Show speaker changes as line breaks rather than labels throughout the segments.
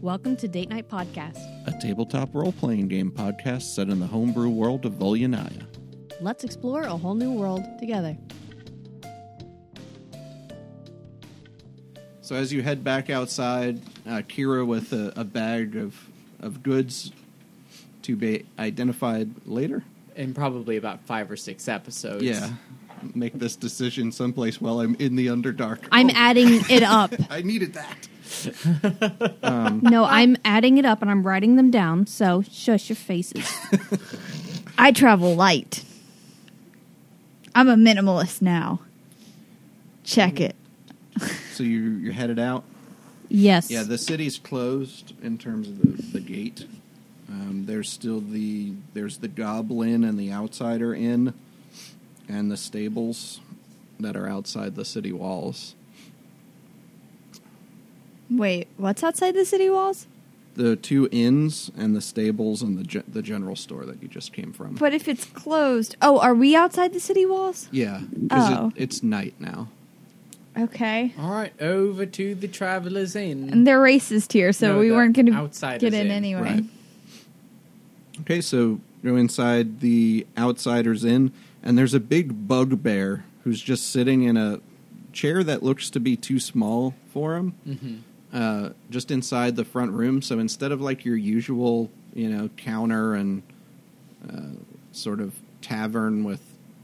Welcome to Date Night Podcast.
a tabletop role playing game podcast set in the homebrew world of Volyanaya.
Let's explore a whole new world together.
So, as you head back outside, uh, Kira with a, a bag of, of goods to be identified later.
in probably about five or six episodes.
Yeah. Make this decision someplace while I'm in the Underdark.
I'm adding it up.
I needed that.
No, I'm adding it up and I'm writing them down, so shush your faces.
I travel light. I'm a minimalist now.
Mm.
Check it.
So, you, you're headed out?
Yes.
Yeah, the city's closed in terms of the, the gate. Um, there's still the there's the goblin and the outsider inn, and the stables that are outside the city walls.
Wait, what's outside the city walls?
The two inns and the stables and the ge- the general store that you just came from.
But if it's closed, oh, are we outside the city walls?
yeah, because
Oh.
it, it's night now.
Okay.
All right, over to the Traveler's Inn.
And they're racist here, so
No,
we
the
weren't going to
outside
get
is
in
in,
anyway.
Right. Okay, so go inside the outsider's inn, and there's a big bugbear who's just sitting in a chair that looks to be too small for him, uh, just inside the front room. So instead of like your usual, you know, counter and uh, sort of tavern with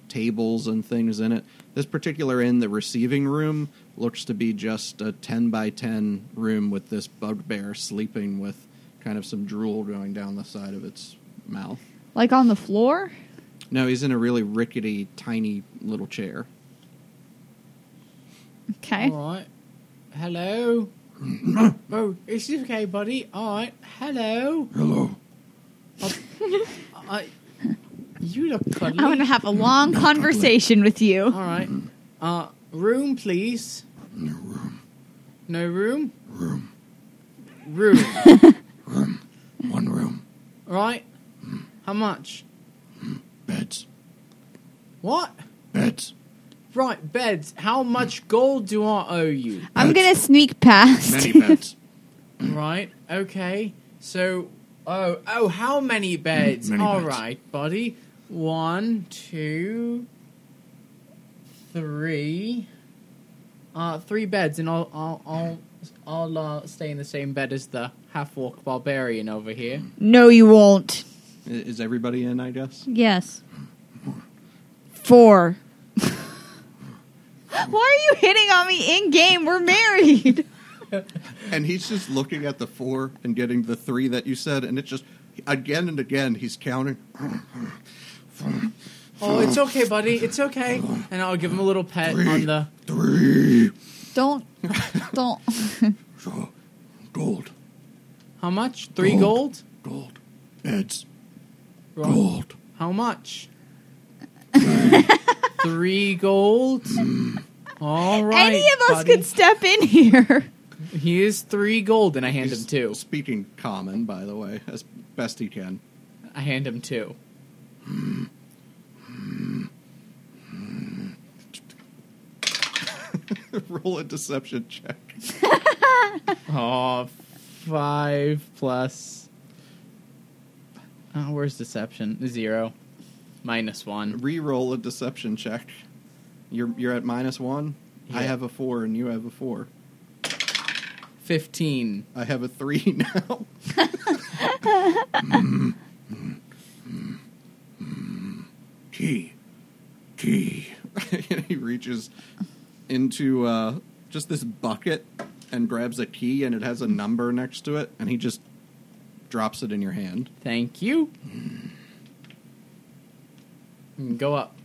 tables and things in it, this particular inn, the receiving room, looks to be just a 10 by 10 room with this bugbear sleeping with kind of some drool going down the side of its mouth.
Like on the floor?
No, he's in a really rickety, tiny little chair.
Okay.
All right. Hello. oh, it's okay, buddy. All right. Hello. Oh,
Hello.
I. You look cuddly.
I want to have a long conversation with you.
All right. Uh, room, please. No room. No room. Room. Room.
One room.
All right. How much?
Beds.
What?
Beds.
Right, beds. How much gold do I owe you?
I'm going to sneak past.
Many beds.
Right. Okay. So, oh, oh, how many beds?
many
All right,
beds.
buddy. One, two, three. Uh, three beds, and I'll, I'll, I'll, I'll uh, stay in the same bed as the half-orc barbarian over here.
no, you won't.
I- Is everybody in, I guess?
Yes.
Four. Why are you hitting on me in game? We're married.
And he's just looking at the four and getting the three that you said, and it's just again and again he's counting.
Oh, it's okay, buddy. It's okay. And I'll give him a little pet on the.
Three.
Don't, don't.
So, gold.
How much? Three
Gold.
gold.
Gold. Beds.
Right.
Gold.
How much? Three gold. All right.
Any of us
buddy.
could step in here.
Here's three gold, and I hand
He's
him two.
Speaking common, by the way, as best he can.
I hand him two.
Roll a deception check.
Oh, five plus. Uh, where's deception? Zero. Minus one.
Reroll a deception check. You're you're at minus one. I
Yeah.
have a four and you have a four.
Fifteen.
I have a three now. Key, key. and he reaches into uh, just this bucket and grabs a key, and it has a number next to it, and he just drops it in your hand.
Thank you. Mm, Go up.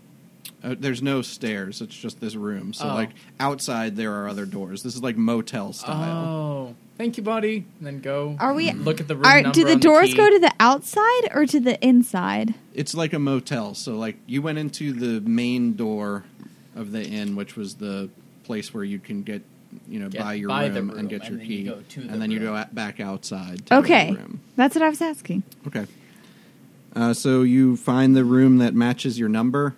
Uh, there's no stairs. It's just this room. So
Oh.
like outside there are other doors. This is like motel style.
Oh, thank you, buddy. And then go.
Are we-
Look at the room
All right,
number
do the
on
doors
key.
go to the outside or to the inside?
It's like a motel. So like you went into the main door of the inn, which was the place where you can get you know
Get-
buy your
buy
room,
the
and
room,
get your
and then you
key,
go to the
and then you go
room.
at, back outside. To
Okay,
The room.
that's what I was asking.
Okay. Uh, so you find the room that matches your number.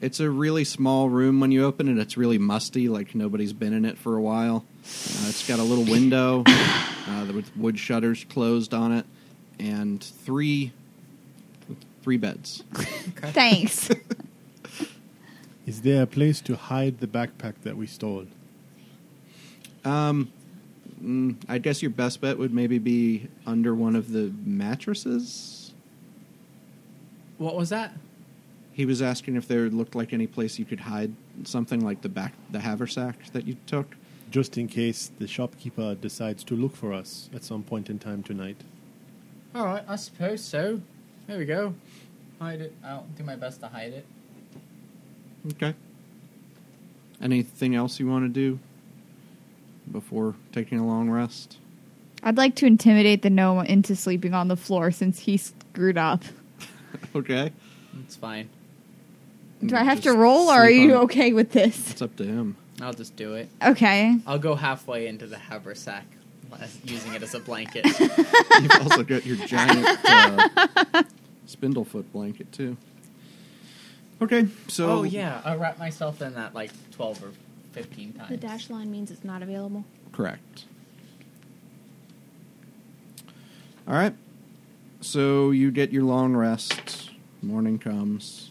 It's a really small room when you open it. It's really musty, like nobody's been in it for a while. Uh, it's got a little window. uh, with wood shutters closed on it, and three three beds.
Thanks.
Is there a place to hide the backpack that we stole?
Um, mm, I guess your best bet would maybe be under one of the mattresses.
What was that?
He was asking if there looked like any place you could hide something like the back the haversack that you took.
Just in case the shopkeeper decides to look for us at some point in time tonight.
All right, I suppose so. There we go. Hide it. I'll do my best to hide it.
Okay. Anything else you want to do before taking a long rest?
I'd like to intimidate the gnome into sleeping on the floor since he screwed up.
okay.
It's fine.
Do I have
Mm, Just
to roll, or are
sleep on
you
it.
okay with this?
It's up to him.
I'll just do it.
Okay.
I'll go halfway into the haversack, less- using it as a blanket.
You've also got your giant uh, spindlefoot blanket too. Okay, so
oh yeah, I wrap myself in that like twelve or fifteen times.
The dash line means it's not available.
correct. All right, so you get your long rest. Morning comes,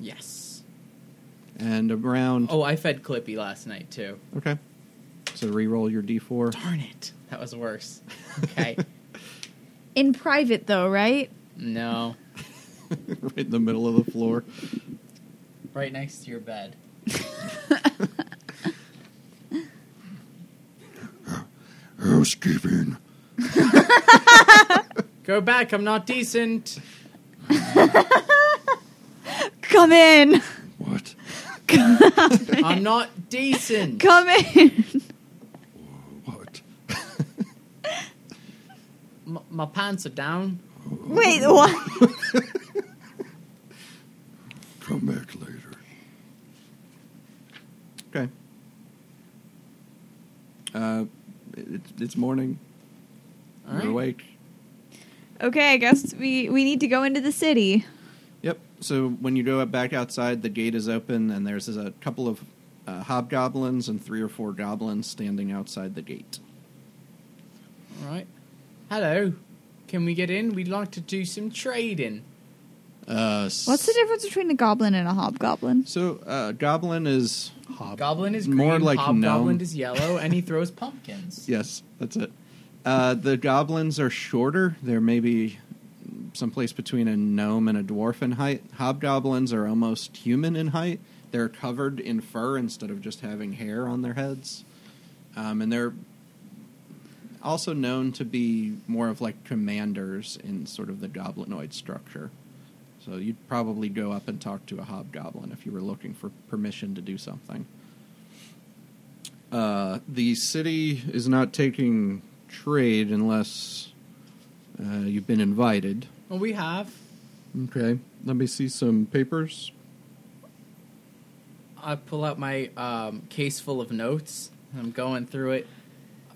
Yes.
and around
Oh, I fed Clippy last night too.
okay. So re-roll your d4.
Darn it, that was worse. Okay.
In private, though, right?
no,
right in the middle of the floor.
right next to your bed.
Housekeeping.
Go back. I'm not decent.
Come in.
What?
I'm not decent.
Come in.
What?
M- my pants are down.
Wait, what?
Come back later. Okay. Uh, it, it's morning.
All
You're
right.
awake.
Okay, I guess we we need to go into the city.
Yep. So when you go back outside, the gate is open, and there's a couple of uh, hobgoblins and three or four goblins standing outside the gate.
All right. Hello. Can we get in? We'd like to do some trading.
Uh,
What's the difference between a goblin and a hobgoblin?
So uh, goblin is
Hob.
Goblin is green,
More like
hobgoblin
gnome.
is yellow, and he throws pumpkins.
yes, that's it. Uh, the goblins are shorter. They're maybe someplace between a gnome and a dwarf in height. Hobgoblins are almost human in height. They're covered in fur instead of just having hair on their heads. Um, and they're also known to be more of like commanders in sort of the goblinoid structure. So you'd probably go up and talk to a hobgoblin if you were looking for permission to do something. Uh, the city is not taking trade unless uh, you've been invited.
Well, we have.
Okay, let me see some papers.
I pull out my um, case full of notes. and I'm going through it.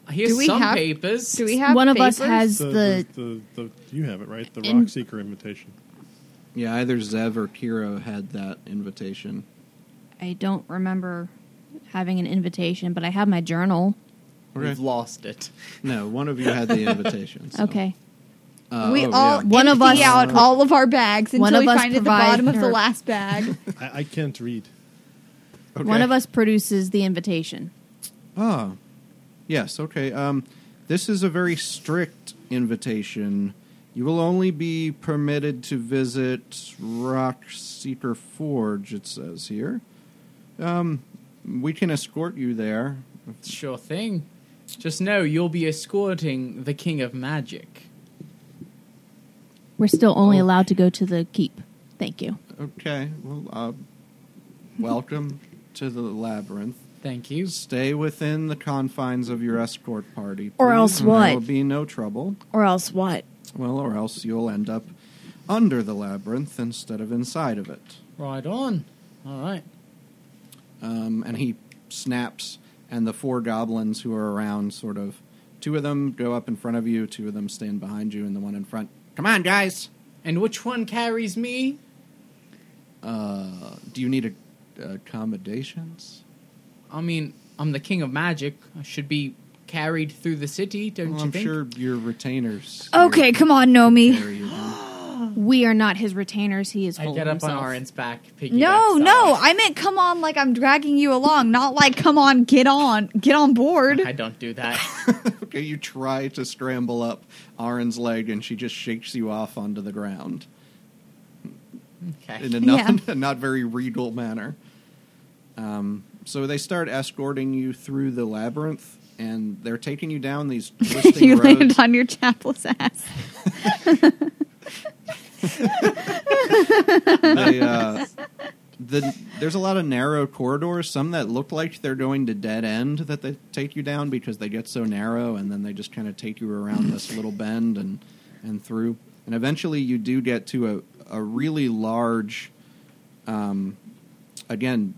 Here's
Do we
some
have-
papers.
Do we have
One of us
papers?
has
The,
the,
the, the, the, you have it, right? The
In-
Rock Seeker invitation.
Yeah, either Zev or Kiro had that invitation.
I don't remember having an invitation, but I have my journal.
We've lost it.
No, one of you had the invitation. so.
Okay.
Uh,
we
oh,
all
yeah.
One
one
of
of
us-
out all of our bags
One
until
of
we
us
find at the
provide
bottom of the
her-
last bag.
I, I can't read.
Okay.
One of us produces the invitation.
Oh, yes. Okay. Um, this is a very strict invitation. You will only be permitted to visit Rock Seeker Forge. It says here. Um, we can escort you there.
Sure thing. Just know you'll be escorting the King of Magic.
We're still only allowed to go to the keep. Oh. Thank you.
Okay. Well, uh, welcome to the labyrinth.
Thank you.
Stay within the confines of your escort party,
Or
please,
else
and There
what?
will be no trouble.
Or else what?
Well, or else you'll end up under the labyrinth instead of inside of it.
Right on. All right.
um, and he snaps, and the four goblins who are around sort of two of them go up in front of you, two of them stand behind you, and the one in front. Come on, guys!
And which one carries me?
Uh, do you need a, accommodations?
I mean, I'm the king of magic. I should be carried through the city, don't
Well,
you
I'm
think?
sure your retainers.
Okay, come on, Nomi.
carry you down.
We are not his retainers. He is
I
full
get
of
up on
himself.
Aaron's back. piggyback
No,
style.
no, I meant come on, like I'm dragging you along, not like come on, get on, get on board.
I don't do that.
okay, you try to scramble up Arin's leg, and she just shakes you off onto the ground
Okay.
in a not,
Yeah.
not very regal manner. Um, so they start escorting you through the labyrinth, and they're taking you down these twisting
you
roads.
landed on your chaplain's ass.
they, uh, the, there's a lot of narrow corridors, some that look like they're going to dead end that they take you down because they get so narrow, and then they just kind of take you around this little bend and, and through. And eventually, you do get to a, a really large, um, again,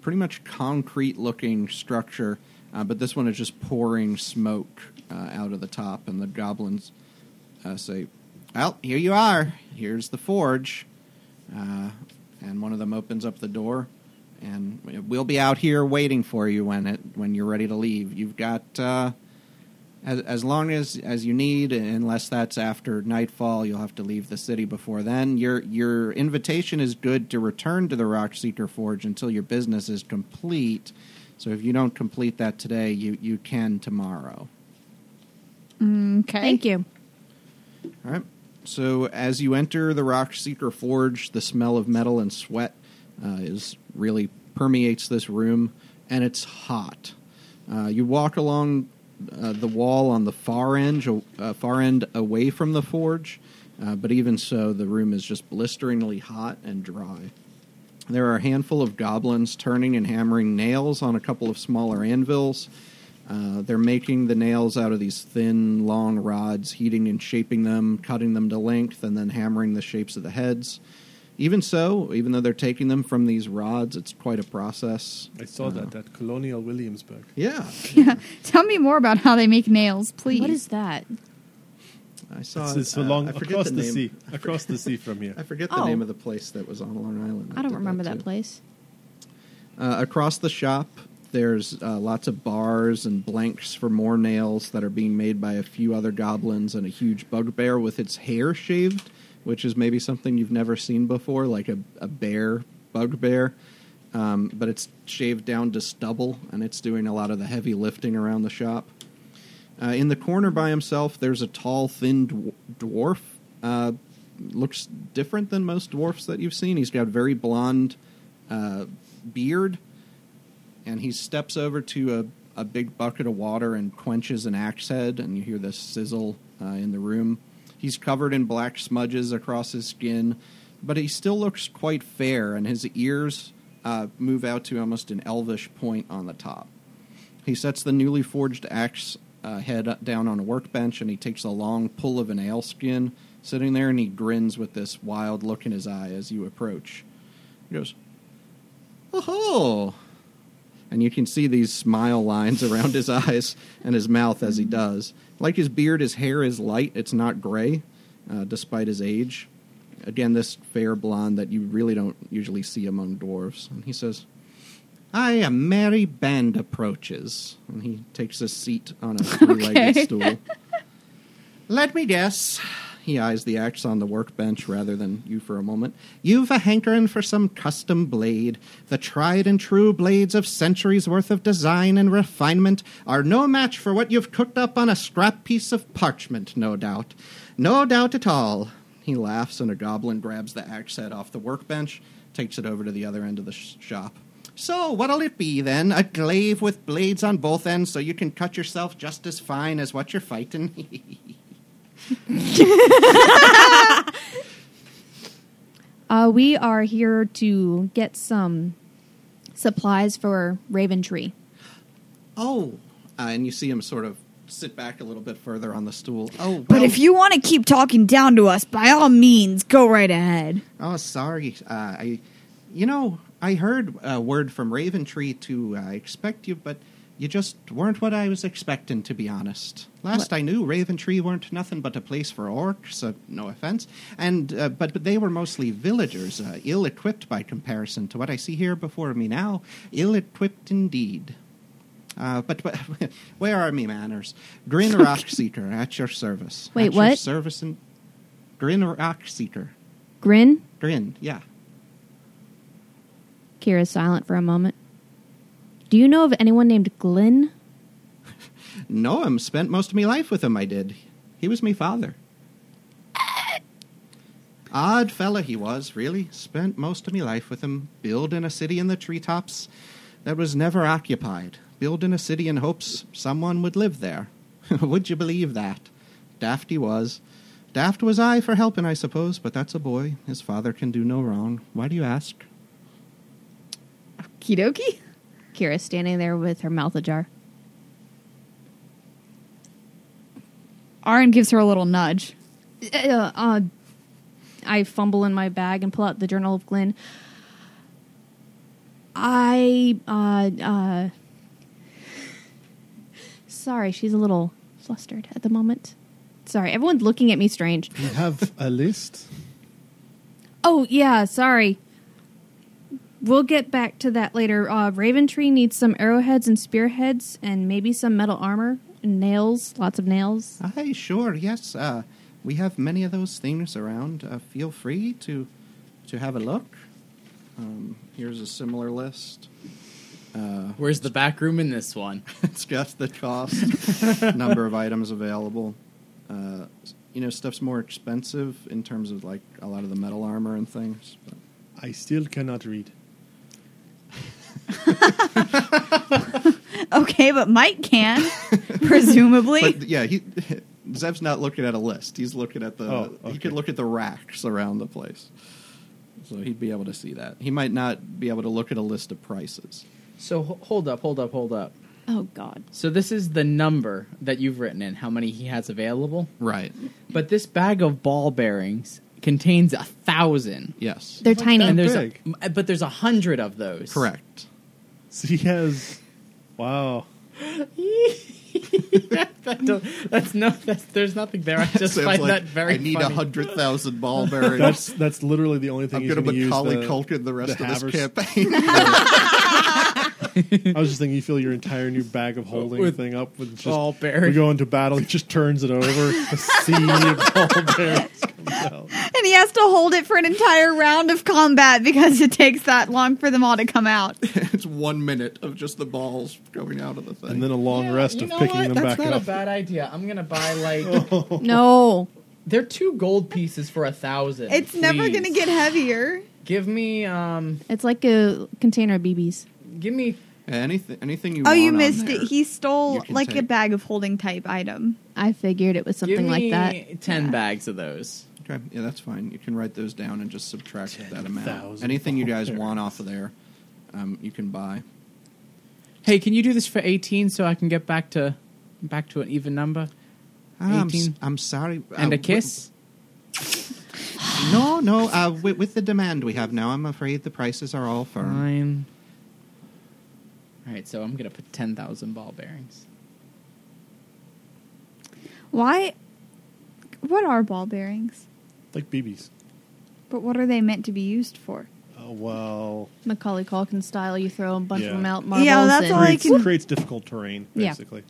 pretty much concrete looking structure, uh, but this one is just pouring smoke uh, out of the top, and the goblins uh, say, Well, here you are. Here's the forge. Uh, and one of them opens up the door, and we'll be out here waiting for you when it when you're ready to leave. You've got uh, as as long as as you need, unless that's after nightfall. You'll have to leave the city before then. Your your invitation is good to return to the Rock Seeker Forge until your business is complete. So if you don't complete that today, you you can tomorrow.
Okay.
Thank you.
All right. So as you enter the Rock Seeker Forge, the smell of metal and sweat uh, is really permeates this room, and it's hot. Uh, you walk along uh, the wall on the far end, uh, far end away from the forge, uh, but even so, the room is just blisteringly hot and dry. There are a handful of goblins turning and hammering nails on a couple of smaller anvils. Uh, they're making the nails out of these thin, long rods, heating and shaping them, cutting them to length, and then hammering the shapes of the heads. Even so, even though they're taking them from these rods, it's quite a process.
I saw that at Colonial Williamsburg.
Ah. Yeah,
Tell me more about how they make nails, please.
What is that?
I saw.
It's,
it,
it's
uh,
along
I forget
across the,
name.
sea, across the sea from here.
I forget the
Oh.
name of the place that was on Long Island.
I don't
did
remember that
too.
place.
Uh, across the shop, there's uh, lots of bars and blanks for more nails that are being made by a few other goblins and a huge bugbear with its hair shaved, which is maybe something you've never seen before, like a, a bear bugbear. Um, but it's shaved down to stubble, and it's doing a lot of the heavy lifting around the shop. Uh, in the corner by himself, there's a tall, thin dw- dwarf. Uh, looks different than most dwarfs that you've seen. He's got very blonde uh, beard, and he steps over to a, a big bucket of water and quenches an axe head, and you hear this sizzle uh, in the room. He's covered in black smudges across his skin, but he still looks quite fair, and his ears uh, move out to almost an elvish point on the top. He sets the newly forged axe uh, head up- down on a workbench and he takes a long pull of an ale skin, sitting there, and he grins with this wild look in his eye as you approach. He goes, Oh, and you can see these smile lines around his eyes and his mouth as he does. Like his beard, his hair is light, it's not gray, uh, despite his age. Again, this fair blonde that you really don't usually see among dwarves. And he says, I a merry band approaches. And he takes a seat on a three legged
Okay.
stool. Let me guess. He eyes the axe on the workbench rather than you for a moment. You've a hankering for some custom blade. The tried and true blades of centuries worth of design and refinement are no match for what you've cooked up on a scrap piece of parchment, no doubt. No doubt at all. He laughs, and a goblin grabs the axe head off the workbench, takes it over to the other end of the sh- shop. So, what'll it be then? A glaive with blades on both ends so you can cut yourself just as fine as what you're fighting?
Uh, we are here to get some supplies for Raven Tree.
Oh, uh, and you see him sort of sit back a little bit further on the stool. Oh, well,
But if you want to keep talking down to us, by all means, go right ahead.
Oh, sorry. Uh, I, you know, I heard a word from Raventree to uh, expect you, but you just weren't what I was expecting, to be honest. Last I knew, Raventree weren't nothing but a place for orcs. Uh, no offense, and uh, but, but they were mostly villagers, uh, ill-equipped by comparison to what I see here before me now. Ill-equipped indeed. Uh, but, but where are me manners? Green Rock Seeker at your service.
Wait,
At Your
what?
service and Green Rock Seeker.
Grin.
Grin, yeah.
Kira's silent for a moment. Do you know of anyone named Glenn?
No, I'm spent most of my life with him. I did. He was me father. Odd fella he was, really. Spent most of me life with him, building a city in the treetops that was never occupied, building a city in hopes someone would live there. would you believe that? Daft he was. Daft was I for helping, I suppose, but that's a boy. His father can do no wrong. Why do you ask?
Kidoki?
Kira's standing there with her mouth ajar.
Arin gives her a little nudge.
Uh, uh, I fumble in my bag and pull out the Journal of Glenn. I uh uh Sorry, she's a little flustered at the moment. Sorry, everyone's looking at me strange.
You have a list?
Oh yeah, sorry. We'll get back to that later. Uh, Raven Tree needs some arrowheads and spearheads, and maybe some metal armor, and nails, lots of nails.
Aye, sure, yes. Uh, we have many of those things around. Uh, feel free to to have a look. Um, here's a similar list. Uh,
Where's the back room in this one?
it's got the cost, number of items available. Uh, you know, stuff's more expensive in terms of like a lot of the metal armor and things. But
I still cannot read.
Okay, but Mike can, presumably.
But yeah, he Zeb's not looking at a list. He's looking at the
Oh,
he
okay.
could look at the racks around the place. So he'd be able to see that. He might not be able to look at a list of prices.
So ho- hold up, hold up, hold up.
Oh God.
So this is the number that you've written in, how many he has available.
Right.
But this bag of ball bearings contains a thousand.
Yes.
They're tiny.
And there's a,
big.
m- but there's a hundred of those.
Correct.
So he has. Wow.
that, that don't- that's no. That's, there's nothing there. I just
Sounds
find
like,
that very.
I need a
funny.
hundred thousand ball bearings.
That's that's literally the only thing
I'm
he's
gonna
going to use.
Macaulay
the-
Culkin the rest
the
of this
havers.
campaign.
I was just thinking, you fill your entire new bag of holding
With
thing up with just
ball
We
bearings.
go into battle. He just turns it over. A sea of ball bearings comes out.
and he has to hold it for an entire round of combat because it takes that long for them all to come out.
it's one minute of just the balls going out of the thing.
and then a long
Yeah,
rest
you
of
know
picking
what?
them
That's
back
not
up. Oh.
a bad idea. I'm gonna buy like
No.
they're two gold pieces for a thousand.
It's never
please.
going to get heavier.
Give me um.
It's like a container of BBs.
Give me.
anything, anything you.
Oh,
want
you
on
missed
there.
it. He
You
stole
can
like a
take.
bag of holding type item.
I figured it was something
give
like
me
that.
Ten
Yeah.
bags of those.
Okay, yeah, that's fine. You can write those down and just subtract that amount.
10,000
Anything you
ball
guys want
bearings.
off of there, um, you can buy.
Hey, can you do this for 18 so I can get back to back to an even number?
Ah, I'm, s-
18.
I'm sorry.
And
Uh,
a kiss?
wi- no, no. Uh, with, with the demand we have now, I'm afraid the prices are all firm.
Fine. All right, so I'm going to put 10,000 ball bearings.
Why? What are ball bearings?
Like BBs.
But what are they meant to be used for?
Oh, well.
Macaulay Culkin style. You throw a bunch of
Yeah.
them out. Marbles
Yeah, that's
and-
all I
Creates,
can-
creates difficult terrain,
Yeah.
basically.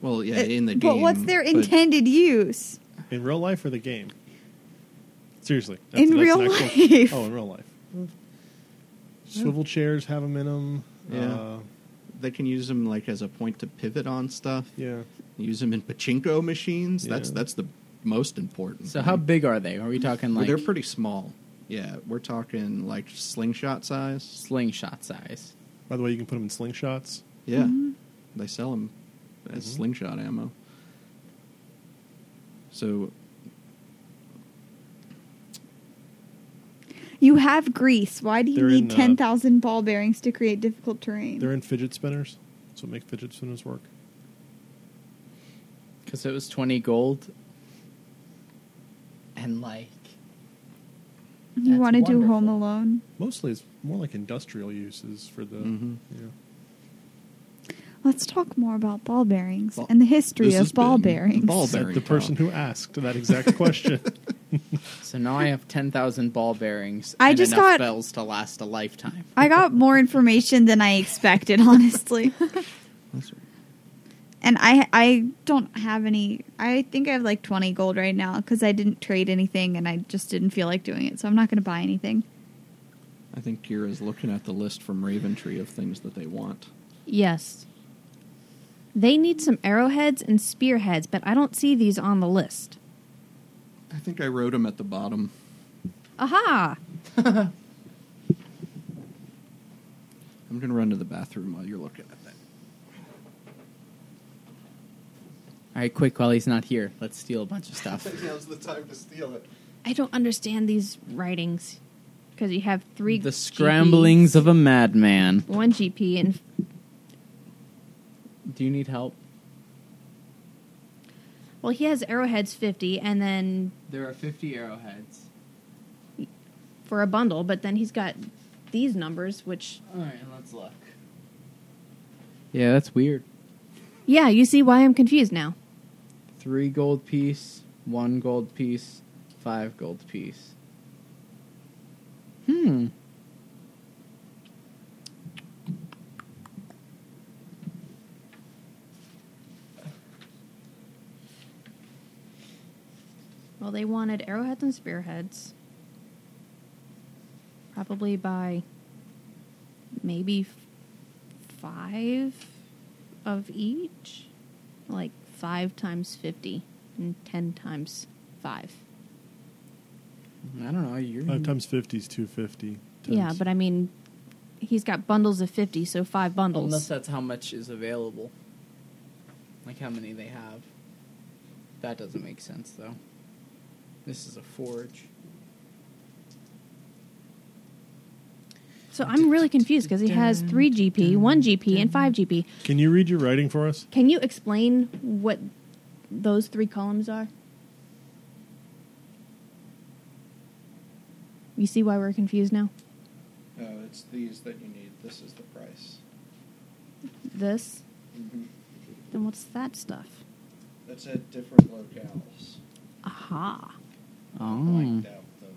Well, yeah,
It-
in the game.
Uh, But what's their
but-
intended use?
In real life or the game? Seriously.
In
an
real life.
Oh, in real life. Swivel chairs have them in them.
Yeah.
Uh,
They can use them like as a point to pivot on stuff.
yeah.
Use them in pachinko machines. That's
Yeah.
that's the most important.
So
thing.
how big are they? Are we talking
Mm-hmm. Well,
like
they're pretty small. Yeah, we're talking like slingshot size.
slingshot size?
By the way, you can put them in slingshots.
Yeah,
mm-hmm.
they sell them as
Mhm.
slingshot ammo. So
You have grease. Why do you
They're
need
in, uh,
10,000 ball bearings to create difficult terrain?
They're in fidget spinners. That's what makes fidget spinners work.
Because it was 20 gold. And like.
you
That's
want to do
wonderful.
Home Alone?
Mostly it's more like industrial uses for the.
Mhm.
Yeah.
Let's talk more about ball bearings
Ball-
and the history
This has
of ball
been
bearings.
Ball
Said
bearing
the person
time.
who asked that exact question.
So now I have 10,000 ball bearings.
I
and
just
enough
got-
bells to last a lifetime.
I got more information than I expected, honestly.
That's right.
And I I don't have any. I think I have like 20 gold right now because I didn't trade anything and I just didn't feel like doing it. So I'm not going to buy anything.
I think Kira is looking at the list from Raventree of things that they want.
Yes. They need some arrowheads and spearheads, but I don't see these on the list.
I think I wrote them at the bottom.
Aha!
I'm going to run to the bathroom while you're looking at that.
All right, quick, while he's not here, let's steal a bunch of stuff.
Now's the time to steal it.
I don't understand these writings because you have three.
the
GPs,
scramblings of a madman.
one GP and
Do you need help?
well, he has arrowheads fifty, and then
There are 50 arrowheads.
for a bundle, but then he's got these numbers, which
All right, let's look. Yeah, that's weird.
yeah, you see why I'm confused now.
Three gold piece, one gold piece, five gold piece. Hmm.
Well, they wanted arrowheads and spearheads, probably by maybe f- five of each, like five times fifty and ten times five.
I don't know. You're
Five times fifty is two fifty.
Yeah, but I mean, he's got bundles of 50, so five bundles.
Unless that's how much is available. Like how many they have. That doesn't make sense though. This is a forge.
so I'm really confused because he has three GP, one GP, and five GP.
can you read your writing for us?
Can you explain what those three columns are? You see why we're confused now?
No, Oh, it's these that you need. This is the price.
This?
Mm-hmm.
Then what's that stuff?
That's at different locales.
Aha.
Oh.
out though.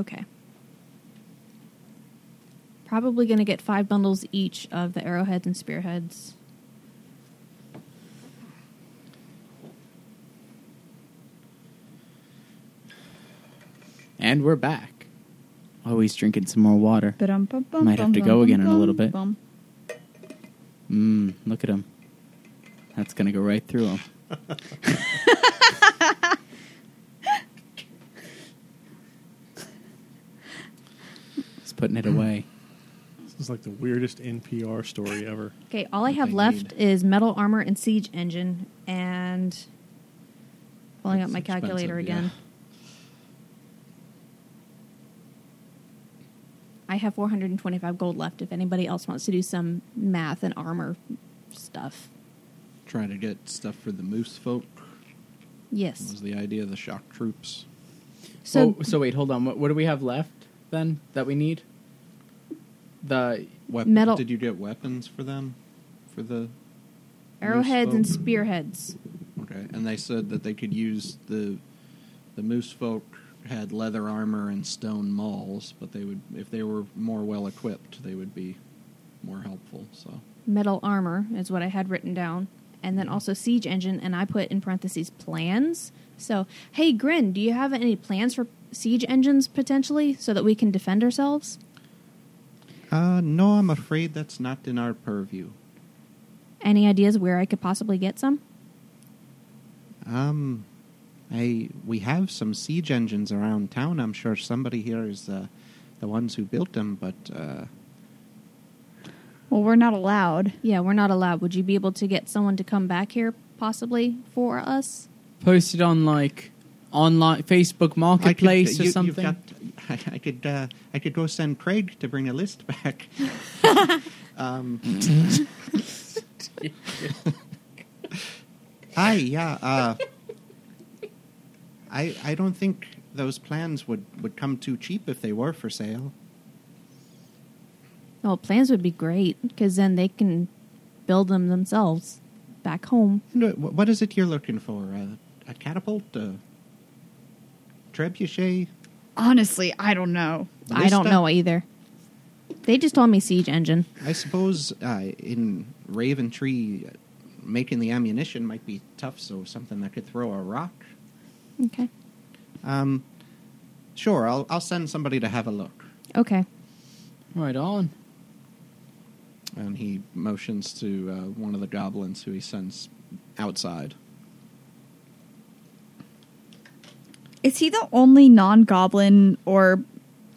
Okay. Probably going to get five bundles each of the arrowheads and spearheads.
And we're back. Oh, he's drinking some more water.
Ba-dum-bum-bum,
Might have to go
bum-bum,
again in a little bit.
bum-bum.
Mmm, look at him. That's gonna go right through him. He's putting
Mm.
it away.
This is like the weirdest NPR story ever.
Okay, all I
What
have
they
left
need.
is metal armor and siege engine, and pulling out
It's
my calculator
expensive,
again. I have 425 gold left. If anybody else wants to do some math and armor stuff,
Trying to get stuff for the moose folk was
yes.
the idea of the shock troops.
So
oh, so wait, hold on. What, what do we have left then that we need? The
Wep-
Metal-
Did you get weapons for them? For the
arrowheads and
folk.
spearheads.
okay, and they said that they could use the the moose folk had leather armor and stone mauls, but they would if they were more well equipped, they would be more helpful. So
metal armor is what I had written down, and then also siege engine, and I put in parentheses plans. So, hey, Grin, do you have any plans for siege engines potentially so that we can defend ourselves?
Uh, no, I'm afraid that's not in our purview.
Any ideas where I could possibly get some?
Um, I we have some siege engines around town. I'm sure somebody here is uh, the ones who built them, but uh,
Well, we're not allowed.
Yeah, we're not allowed. Would you be able to get someone to come back here possibly for us?
posted on like online Facebook
uh,
Marketplace or something.
I, I could uh, I could go send Craig to bring a list back. um, hi, yeah. Uh, I I don't think those plans would would come too cheap if they were for sale.
Well, plans would be great because then they can build them themselves back home.
No, wh- What is it you're looking for? A, a catapult? A trebuchet?
Honestly, I don't know.
I don't
Ballista?
know either. They just told me siege engine.
I suppose uh, in Raven Tree, uh, making the ammunition might be tough, so something that could throw a rock.
Okay.
Um, sure, I'll, I'll send somebody to have a look.
Okay.
Right on.
And he motions to uh, one of the goblins who he sends outside.
Is he the only non goblin, or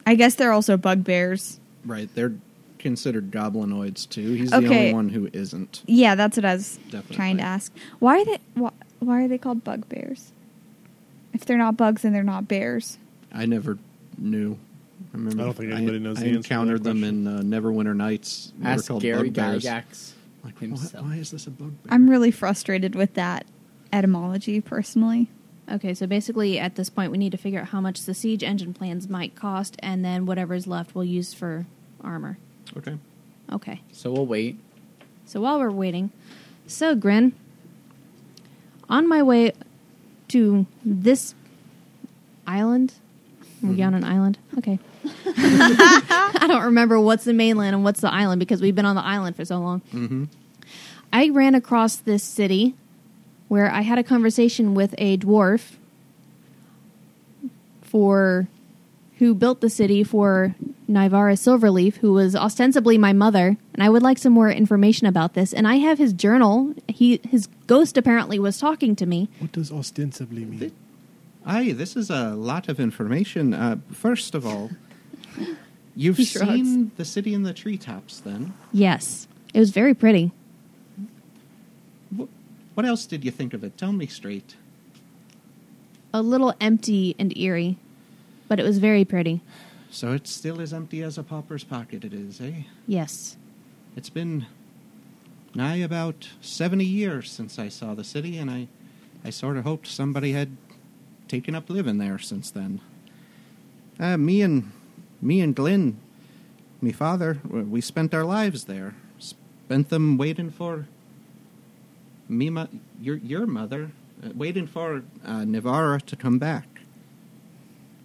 I guess they're also bugbears?
Right, they're considered goblinoids too. He's the
Okay.
only one who isn't.
Yeah, that's what I was
Definitely.
trying to ask. Why are they why, why are they called bugbears? If they're not bugs, then they're not bears.
I never knew. I, remember
I don't think anybody knows the answer to that
encountered them
question.
in uh, Neverwinter Nights. They were
Ask
called
Gary
bugbears.
Gygax
Like, what?
himself.
why is this a bugbear?
I'm really frustrated with that etymology personally.
Okay, so basically at this point we need to figure out how much the siege engine plans might cost and then whatever's left we'll use for armor.
okay.
Okay.
So we'll wait.
So while we're waiting, so Grin, on my way to this island, are we on an island? Okay. I don't remember what's the mainland and what's the island because we've been on the island for so long.
Mm-hmm.
I ran across this city where I had a conversation with a dwarf for who built the city for Nivara Silverleaf, who was ostensibly my mother, and I would like some more information about this. And I have his journal. He his ghost apparently was talking to me.
What does ostensibly mean?
Aye, this is a lot of information. Uh, first of all, you've
He shrugs.
seen the city in the treetops then.
Yes. It was very pretty.
Wh- What else did you think of it? Tell me straight.
A little empty and eerie, but it was very pretty.
So it's still as empty as a pauper's pocket, it is, eh?
Yes.
It's been nigh about 70 years since I saw the city, and I, I sort of hoped somebody had taken up living there since then. Uh, me and me and Glenn, me father, w- we spent our lives there. Spent them waiting for me, mo- your your mother, uh, waiting for uh, Nivara to come back.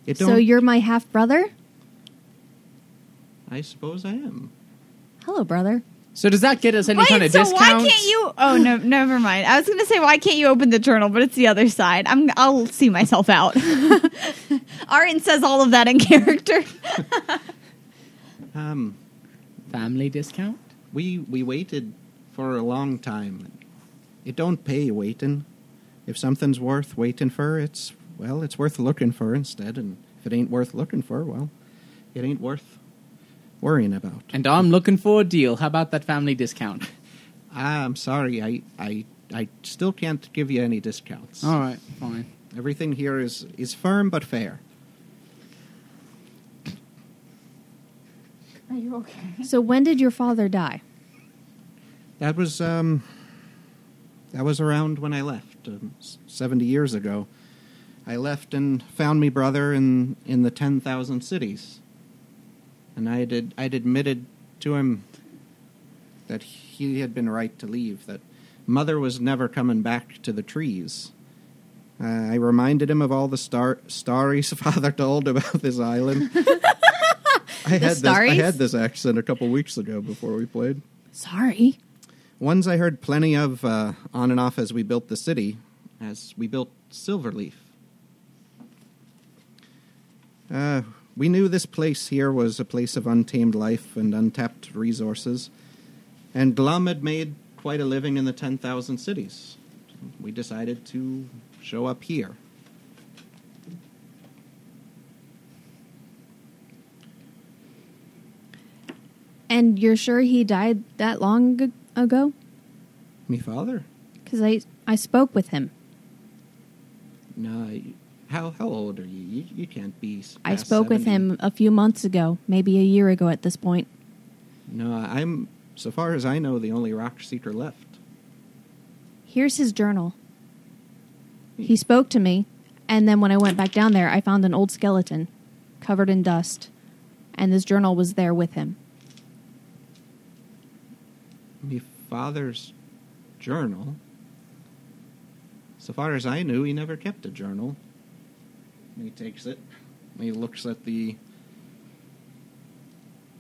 It
So you're my half brother?
I suppose I am.
Hello, brother.
So does that get us any kind of
so
discount?
why can't you? Oh no, never mind. I was going to say why can't you open the journal, but it's the other side. I'm I'll see myself out. Arin says all of that in character.
Um,
Family discount?
We we waited for a long time. It don't pay waiting. If something's worth waiting for, it's well, it's worth looking for instead. And if it ain't worth looking for, well, it ain't worth worrying about.
And I'm looking for a deal. How about that family discount?
I'm sorry, I I I still can't give you any discounts.
All right, fine.
Everything here is is firm but fair.
Are you okay?
So when did your father die?
That was um that was around when I left um, s- 70 years ago. I left and found me brother in in the 10,000 cities. And I did I'd admitted to him that he had been right to leave that mother was never coming back to the trees. Uh, I reminded him of all the star- stories father told about this island. I had this, I
stories?
had this accent a couple weeks ago before we played.
Sorry.
Ones I heard plenty of uh, on and off as we built the city, as we built Silverleaf. Uh, we knew this place here was a place of untamed life and untapped resources, and Glum had made quite a living in the 10,000 cities. We decided to show up here.
And you're sure he died that long ag- ago?
Me father?
Because I, I spoke with him.
No, I- how, how old are you? You, you can't be. s-
I
past
spoke with
70.
him a few months ago, maybe a year ago at this point.
No, I'm, so far as I know, the only rock seeker left.
Here's his journal. He spoke to me, and then when I went back down there, I found an old skeleton covered in dust, and this journal was there with him.
my father's journal. So far as I knew, he never kept a journal. And he takes it. and He looks at the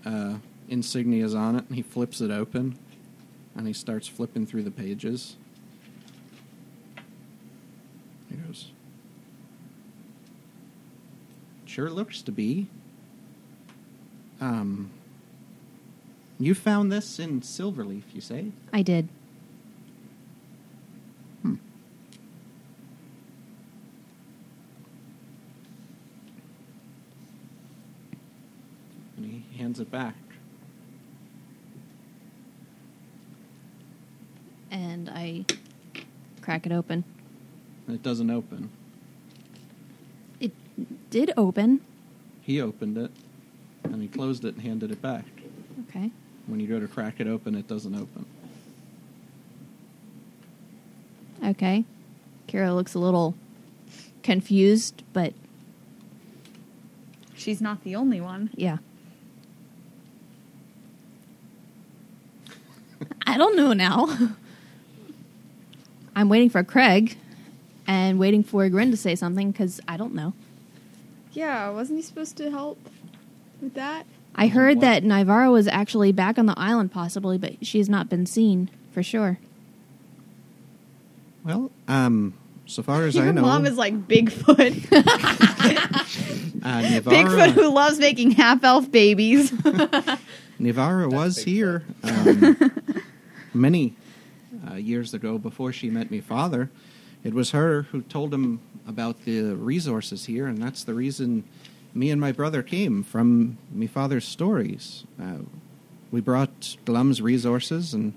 uh, insignias on it, and he flips it open, and he starts flipping through the pages. He goes, "Sure looks to be." Um, you found this in Silverleaf, you say?
I did.
And he hands it back.
And I crack it open.
And it doesn't open.
It did open.
He opened it, and he closed it and handed it back.
Okay.
When you go to crack it open, it doesn't open.
Okay. Kira looks a little confused, but
She's not the only one.
yeah. I don't know now. I'm waiting for Craig and waiting for Grin to say something because I don't know.
Yeah, wasn't he supposed to help with that?
I heard
What?
that Nivara was actually back on the island, possibly, but she has not been seen for sure.
Well, um, so far as
Your
I know,
mom is like Bigfoot.
uh, Nivara,
Bigfoot who loves making half elf babies.
Nivara
That's
was
Bigfoot.
here um, many uh, years ago before she met me father. It was her who told him about the resources here, and that's the reason me and my brother came from me father's stories. Uh, we brought Glum's resources, and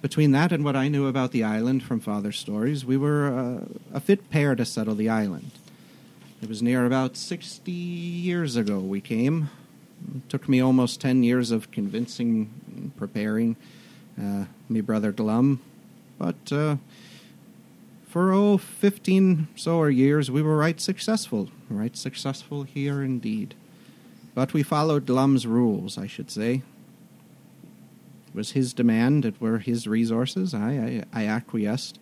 between that and what I knew about the island from father's stories, we were uh, a fit pair to settle the island. It was near about 60 years ago we came. It took me almost 10 years of convincing and preparing uh, me brother Glum. But uh, for oh, 15 so or years, we were right successful. Right successful here indeed. But we followed Glum's rules, I should say. It was his demand, it were his resources. I, I, I acquiesced.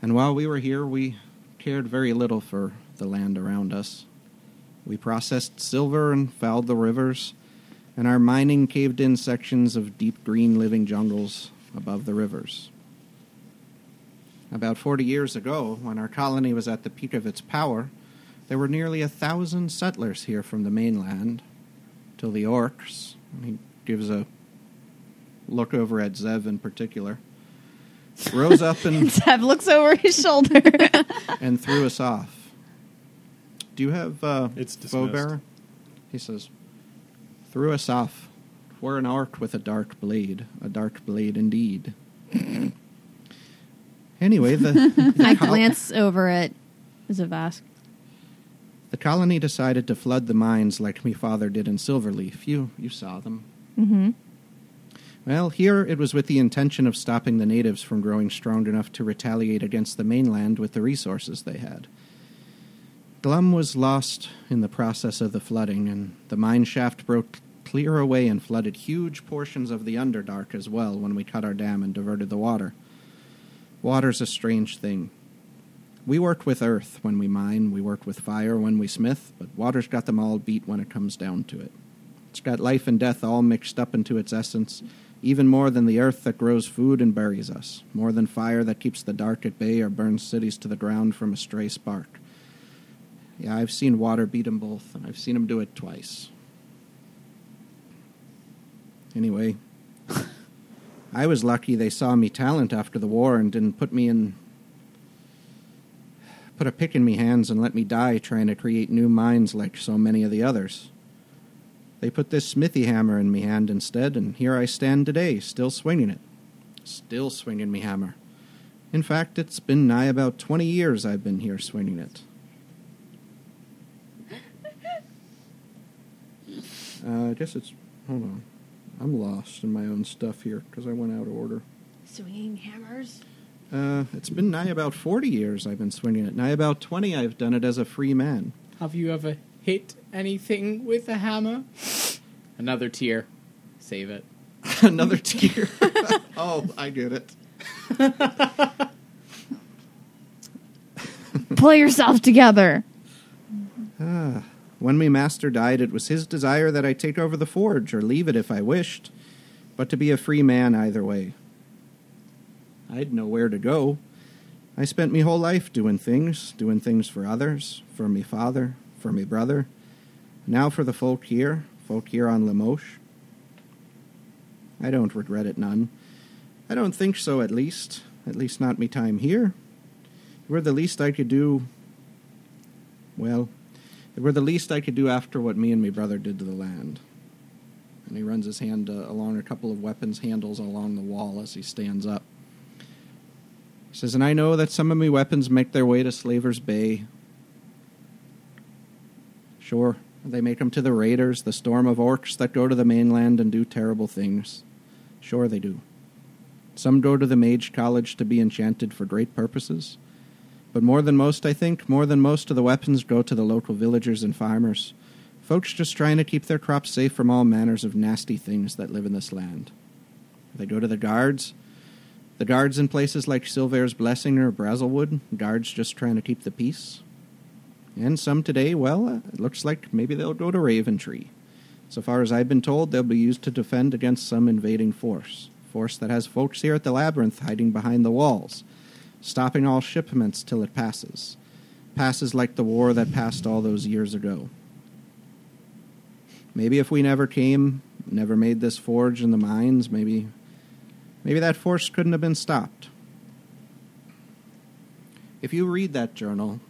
And while we were here, we cared very little for the land around us. We processed silver and fouled the rivers, and our mining caved in sections of deep green living jungles above the rivers. About 40 years ago, when our colony was at the peak of its power, there were nearly a thousand settlers here from the mainland, till the orcs. He gives a look over at Zev in particular. Rose up and
Zev looks over his shoulder.
and threw us off. Do you have uh,
It's dismissed.
foe bearer? He says, threw us off. We're an arc with a dark blade, a dark blade indeed. anyway, the, the
I
col-
glance over at Zavask.
The colony decided to flood the mines like me father did in Silverleaf. You you saw them.
Mm-hmm.
Well, here it was with the intention of stopping the natives from growing strong enough to retaliate against the mainland with the resources they had. Glum was lost in the process of the flooding, and the mine shaft broke clear away and flooded huge portions of the Underdark as well when we cut our dam and diverted the water. Water's a strange thing. We work with earth when we mine, we work with fire when we smith, but water's got them all beat when it comes down to it. It's got life and death all mixed up into its essence, even more than the earth that grows food and buries us, more than fire that keeps the dark at bay or burns cities to the ground from a stray spark. Yeah, I've seen water beat 'em both, and I've seen 'em do it twice. Anyway, I was lucky they saw me talent after the war and didn't put me in. put a pick in me hands and let me die trying to create new minds like so many of the others. They put this smithy hammer in me hand instead, and here I stand today, still swinging it. Still swinging me hammer. In fact, it's been nigh about 20 years I've been here swinging it. Uh, I guess it's. Hold on. I'm lost in my own stuff here because I went out of order.
Swinging hammers.
Uh, it's been nigh about 40 years I've been swinging it. Nigh about 20 I've done it as a free man.
Have you ever hit anything with a hammer? Another tear. Save it.
Another tear. oh, I get it.
Pull yourself together.
Ah, When my master died, it was his desire that I take over the forge or leave it if I wished, but to be a free man either way. I'd know where to go. I spent me whole life doing things, doing things for others, for me father, for me brother. Now for the folk here, folk here on Limoges. I don't regret it none. I don't think so, at least. At least not me time here. It were the least I could do. Well, it were the least I could do after what me and me brother did to the land. And he runs his hand uh, along a couple of weapons handles along the wall as he stands up. He says, And I know that some of me weapons make their way to Slaver's Bay. Sure, they make 'em to the raiders, the storm of orcs that go to the mainland and do terrible things. Sure, they do. Some go to the Mage College to be enchanted for great purposes. But more than most, I think, more than most of the weapons go to the local villagers and farmers. Folks just trying to keep their crops safe from all manners of nasty things that live in this land. They go to the guards. The guards in places like Silvair's Blessing or Brazelwood, guards just trying to keep the peace. And some today, well, uh, it looks like maybe they'll go to Raven Tree. So far as I've been told, they'll be used to defend against some invading force. Force that has folks here at the labyrinth hiding behind the walls, stopping all shipments till it passes. Passes like the war that passed all those years ago. Maybe if we never came, never made this forge in the mines, maybe maybe that force couldn't have been stopped. If you read that journal,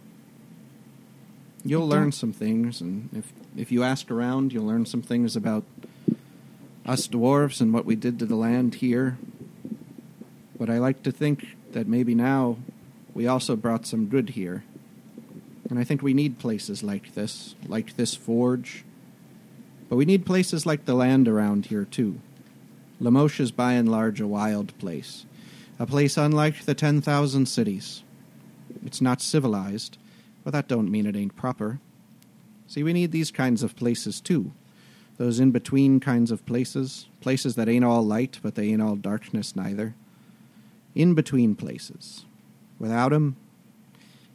you'll learn some things and if if you ask around you'll learn some things about us dwarves and what we did to the land here but i like to think that maybe now we also brought some good here and i think we need places like this like this forge but we need places like the land around here too lamoche is by and large a wild place a place unlike the ten thousand cities it's not civilized but that don't mean it ain't proper. See, we need these kinds of places too. Those in between kinds of places, places that ain't all light, but they ain't all darkness neither. In between places. Without 'em,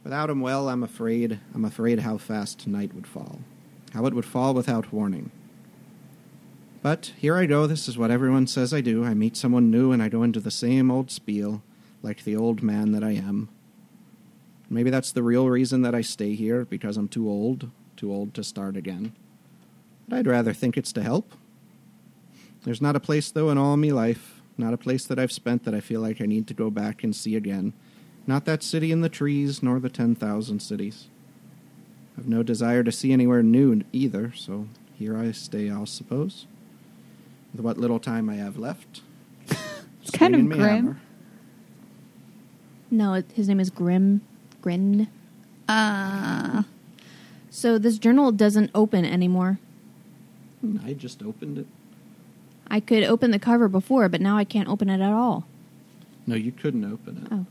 without 'em, well, I'm afraid, I'm afraid how fast night would fall. How it would fall without warning. But here I go, this is what everyone says I do. I meet someone new and I go into the same old spiel, like the old man that I am. Maybe that's the real reason that I stay here, because I'm too old, too old to start again. But I'd rather think it's to help. There's not a place, though, in all me life, not a place that I've spent that I feel like I need to go back and see again. Not that city in the trees, nor the 10,000 cities. I've no desire to see anywhere new either, so here I stay, I'll suppose. With what little time I have left.
Kind of
swinging me
grim.
hammer.
No, it, his name is Grim. Grin.
Uh,
So this journal doesn't open anymore.
I just opened it.
I could open the cover before, but now I can't open it at all.
No, you couldn't open it.
Oh,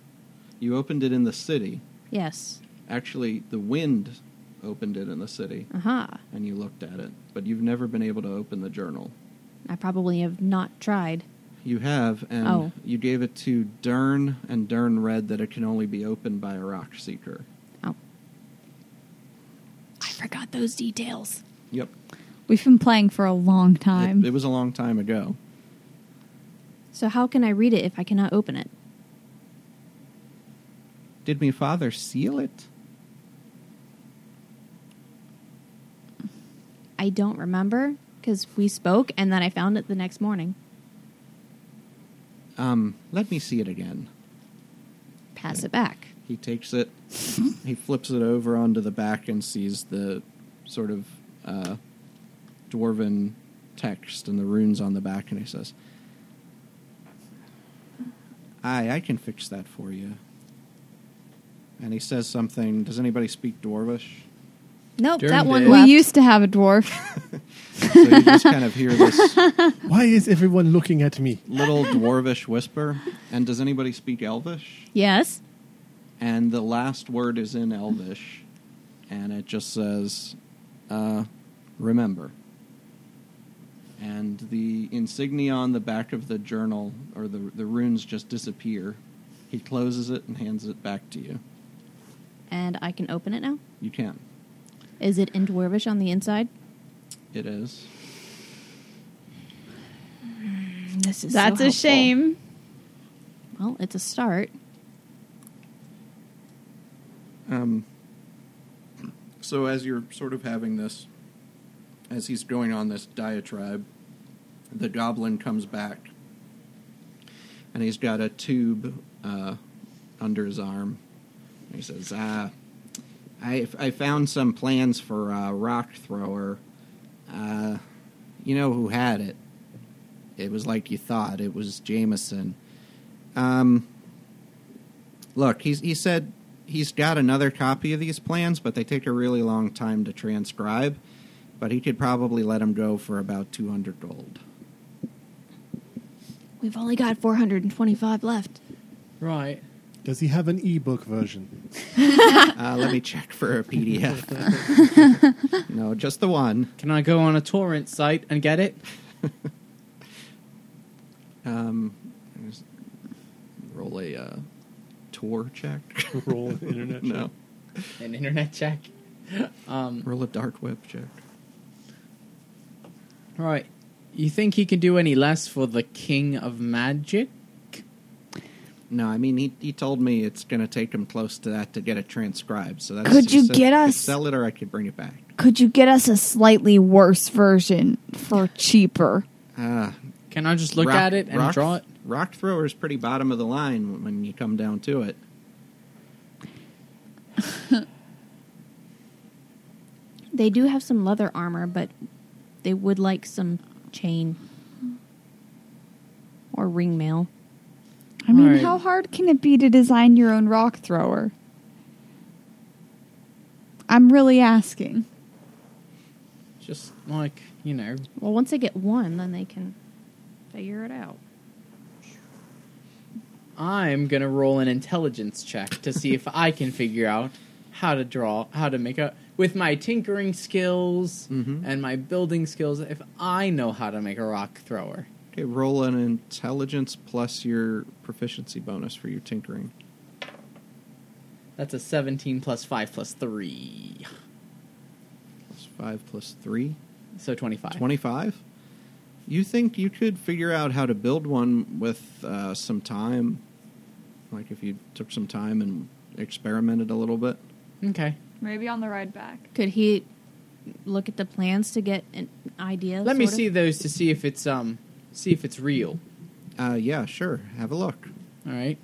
You opened it in the city.
yes.
Actually, the wind opened it in the city,
Aha.
and you looked at it, but you've never been able to open the journal.
I probably have not tried.
You have, and
Oh.
you gave it to Dern, and Dern read that it can only be opened by a rock seeker.
Oh. I forgot those details.
Yep.
we've been playing for a long time.
It, it was a long time ago.
So how can I read it if I cannot open it?
Did me father seal it?
I don't remember because we spoke and then I found it the next morning.
Um, let me see it again.
Pass it back.
He takes it, he flips it over onto the back and sees the sort of uh, dwarven text and the runes on the back, and he says, "Aye, I can fix that for you." And he says something. Does anybody speak Dwarvish?
Nope,
During
that
the-
one
We
we
left.
used to have a dwarf.
So you just kind of hear this
Why is everyone looking at me?
little Dwarvish whisper. And does anybody speak Elvish?
yes.
and the last word is in Elvish, and it just says, uh, "Remember." And the insignia on the back of the journal or the the runes just disappear. He closes it and hands it back to you.
And I can open it now.
You can.
Is it in Dwarvish on the inside?
It is.
Mm, This is so
That's a
helpful.
shame.
Well, it's a start.
Um, so as you're sort of having this, as he's going on this diatribe, the goblin comes back, and he's got a tube uh, under his arm. And He says, uh, "I I found some plans for uh, rock thrower. Uh, you know who had it? It was like you thought. It was Jameson. Um." look, he's, he said he's got another copy of these plans, but they take a really long time to transcribe. But he could probably let him go for about 200 gold.
We've only got 425 left.
Right.
Does he have an ebook version?
Uh, let me check for a PDF. no, just the one.
Can I go on a torrent site and get it?
Um, just roll a uh, tour check.
Roll an internet
no,
An internet check. Um,
roll a dark web check.
right. You think he can do any less for the King of Magic?
No, I mean he he told me it's going to take him close to that to get it transcribed. So that's
Could
he
you
said
get
I could
us-
sell it or I could bring it back.
Could you get us a slightly worse version for cheaper?
Ah,
Can I just look
Rock-
at it and
rock-
draw it?
Rock thrower is pretty bottom of the line when you come down to it.
They do have some leather armor, but they would like some chain or ring mail.
I mean,
Right.
how hard can it be to design your own rock thrower? I'm really asking.
Just like, you know,
Well, once they get one, then they can figure it out.
I'm going to roll an intelligence check to see if I can figure out how to draw, how to make a. With my tinkering skills
Mhm.
and my building skills, if I know how to make a rock thrower.
Okay, roll an intelligence plus your proficiency bonus for your tinkering.
That's a 17 plus 5 plus 3.
Plus 5 plus 3.
So 25.
25? You think you could figure out how to build one with uh, some time? Like if you took some time and experimented a little bit?
Okay.
Maybe on the ride back.
Could he look at the plans to get an idea?
Let me
sort of?
see those to see if it's um see if it's real.
Uh, yeah, sure. Have a look.
All right.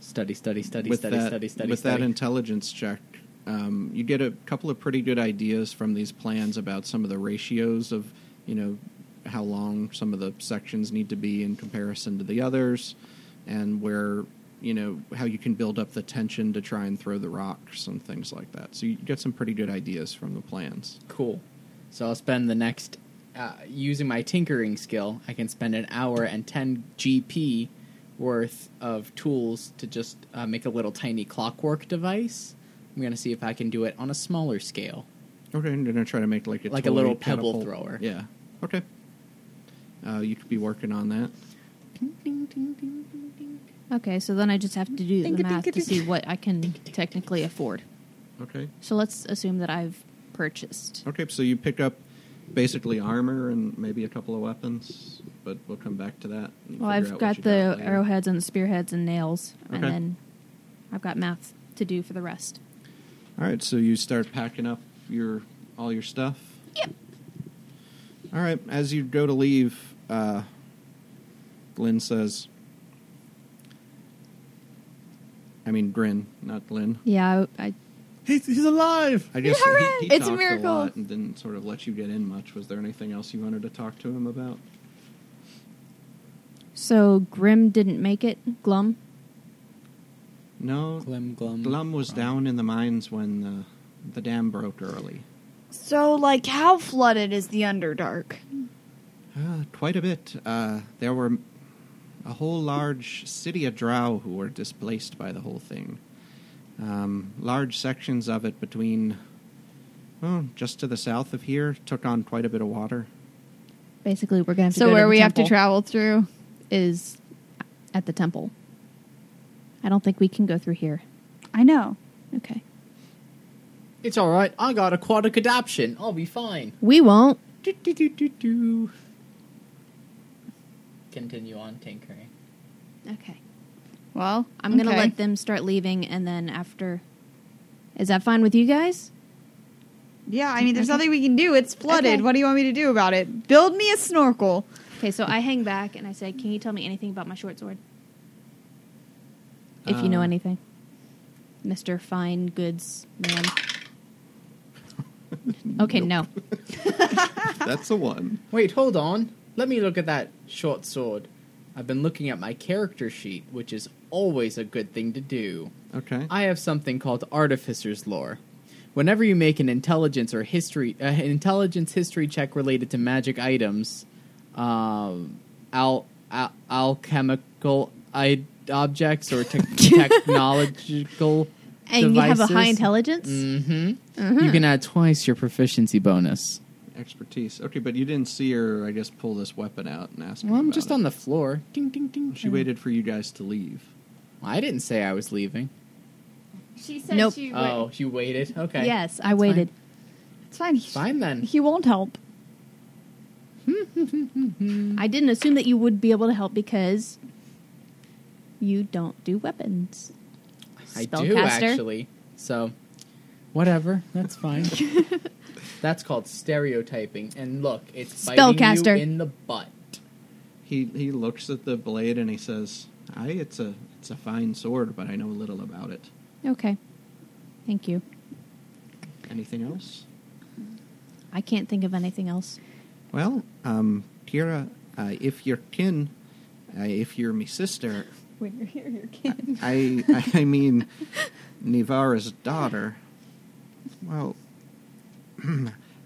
Study, study, study,
with
study,
that,
study, study,
with
study.
that intelligence check, um, you get a couple of pretty good ideas from these plans about some of the ratios of, you know, how long some of the sections need to be in comparison to the others, and where, you know, how you can build up the tension to try and throw the rocks and things like that. So you get some pretty good ideas from the plans.
cool. So I'll spend the next uh, using my tinkering skill. I can spend an hour and 10 GP worth of tools to just uh, make a little tiny clockwork device. I'm gonna see if I can do it on a smaller scale.
Okay, I'm gonna try to make like a
Like a
toy
little pebble
catapult.
thrower.
Yeah. Okay. Uh, you could be working on that.
Okay, so then I just have to do the math to see what I can technically afford.
Okay.
So let's assume that I've purchased.
Okay, so you pick up basically armor and maybe a couple of weapons, but we'll come back to that. and
Well,
figure
I've
out what
got
you
the
later.
arrowheads and the spearheads and nails, and
Okay.
then I've got math to do for the rest.
All right, so you start packing up your all your stuff. Yep. All right, as you go to leave, uh, Glenn says, "I mean, Grin, not Glenn."
Yeah, I, I
He's, he's alive!
I guess he, he
It's a
talked
miracle.
lot and didn't sort of let you get in much. Was there anything else you wanted to talk to him about?
so Grim didn't make it. Glum.
No,
Glum, glum.
Glum was down in the mines when the, the dam broke early.
So, like, how flooded is the Underdark?
Uh, quite a bit. Uh, there were a whole large city of drow who were displaced by the whole thing. Um, large sections of it between, well, just to the south of here, took on quite a bit of water.
Basically, we're gonna have to.
So,
go
where
to the
we have to
temple
travel through?
is at the temple. I don't think we can go through here.
I know.
Okay.
It's all right. I got aquatic adoption. I'll be fine.
We won't.
Do, do, do, do, do. Continue on tinkering.
Okay.
Well,
I'm going to
okay.
let them start leaving, and then after. Is that fine with you guys?
Yeah, I mean, there's
Okay.
nothing we can do. It's flooded.
Okay.
What do you want me to do about it? Build me a snorkel.
Okay, so I hang back and I say, Can you tell me anything about my short sword? If you know
Um,
anything, Mr. Fine Goods Man. Okay, no.
That's the one.
Wait, hold on. Let me look at that short sword. I've been looking at my character sheet, which is always a good thing to do.
Okay.
I have something called Artificer's Lore. Whenever you make an intelligence or history, uh, an intelligence history check related to magic items, um, al- al- alchemical I- objects or tech technological,
And you have a high Mm-hmm.
devices.
intelligence?
hmm you can add twice your proficiency bonus.
Expertise. Okay, but you didn't see her, I guess, pull this weapon out and ask her
Well, I'm
about
just
it.
on the floor. Ding, ding, ding.
She waited for you guys to leave.
I didn't say I was leaving.
She said
Nope.
she went.
Oh, you waited. Okay.
Yes, I waited.
It's fine. He-
Fine then.
He won't help.
I didn't assume that you would be able to help because you don't do weapons.
I do
Spellcaster.
actually. So, whatever. That's fine. That's called stereotyping. And look, it's biting
Spellcaster.
you in the butt.
He he looks at the blade and he says, "I it's a it's a fine sword, but I know little about it.
Okay. Thank you.
Anything else?"
I can't think of anything else.
Well, um, Tira, uh, if you're kin, uh, if you're my sister,
When you're here, you're kidding.
I I mean, Nivara's daughter. Well,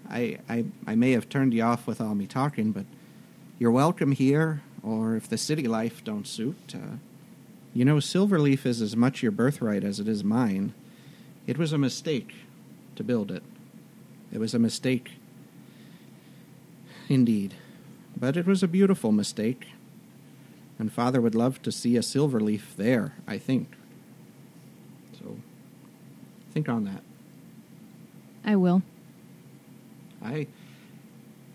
I I I may have turned you off with all me talking, but you're welcome here. Or if the city life don't suit, uh, you know, Silverleaf is as much your birthright as it is mine. It was a mistake to build it. It was a mistake. Indeed. But it was a beautiful mistake. And father would love to see a silver leaf there, I think. So think on that.
I will.
I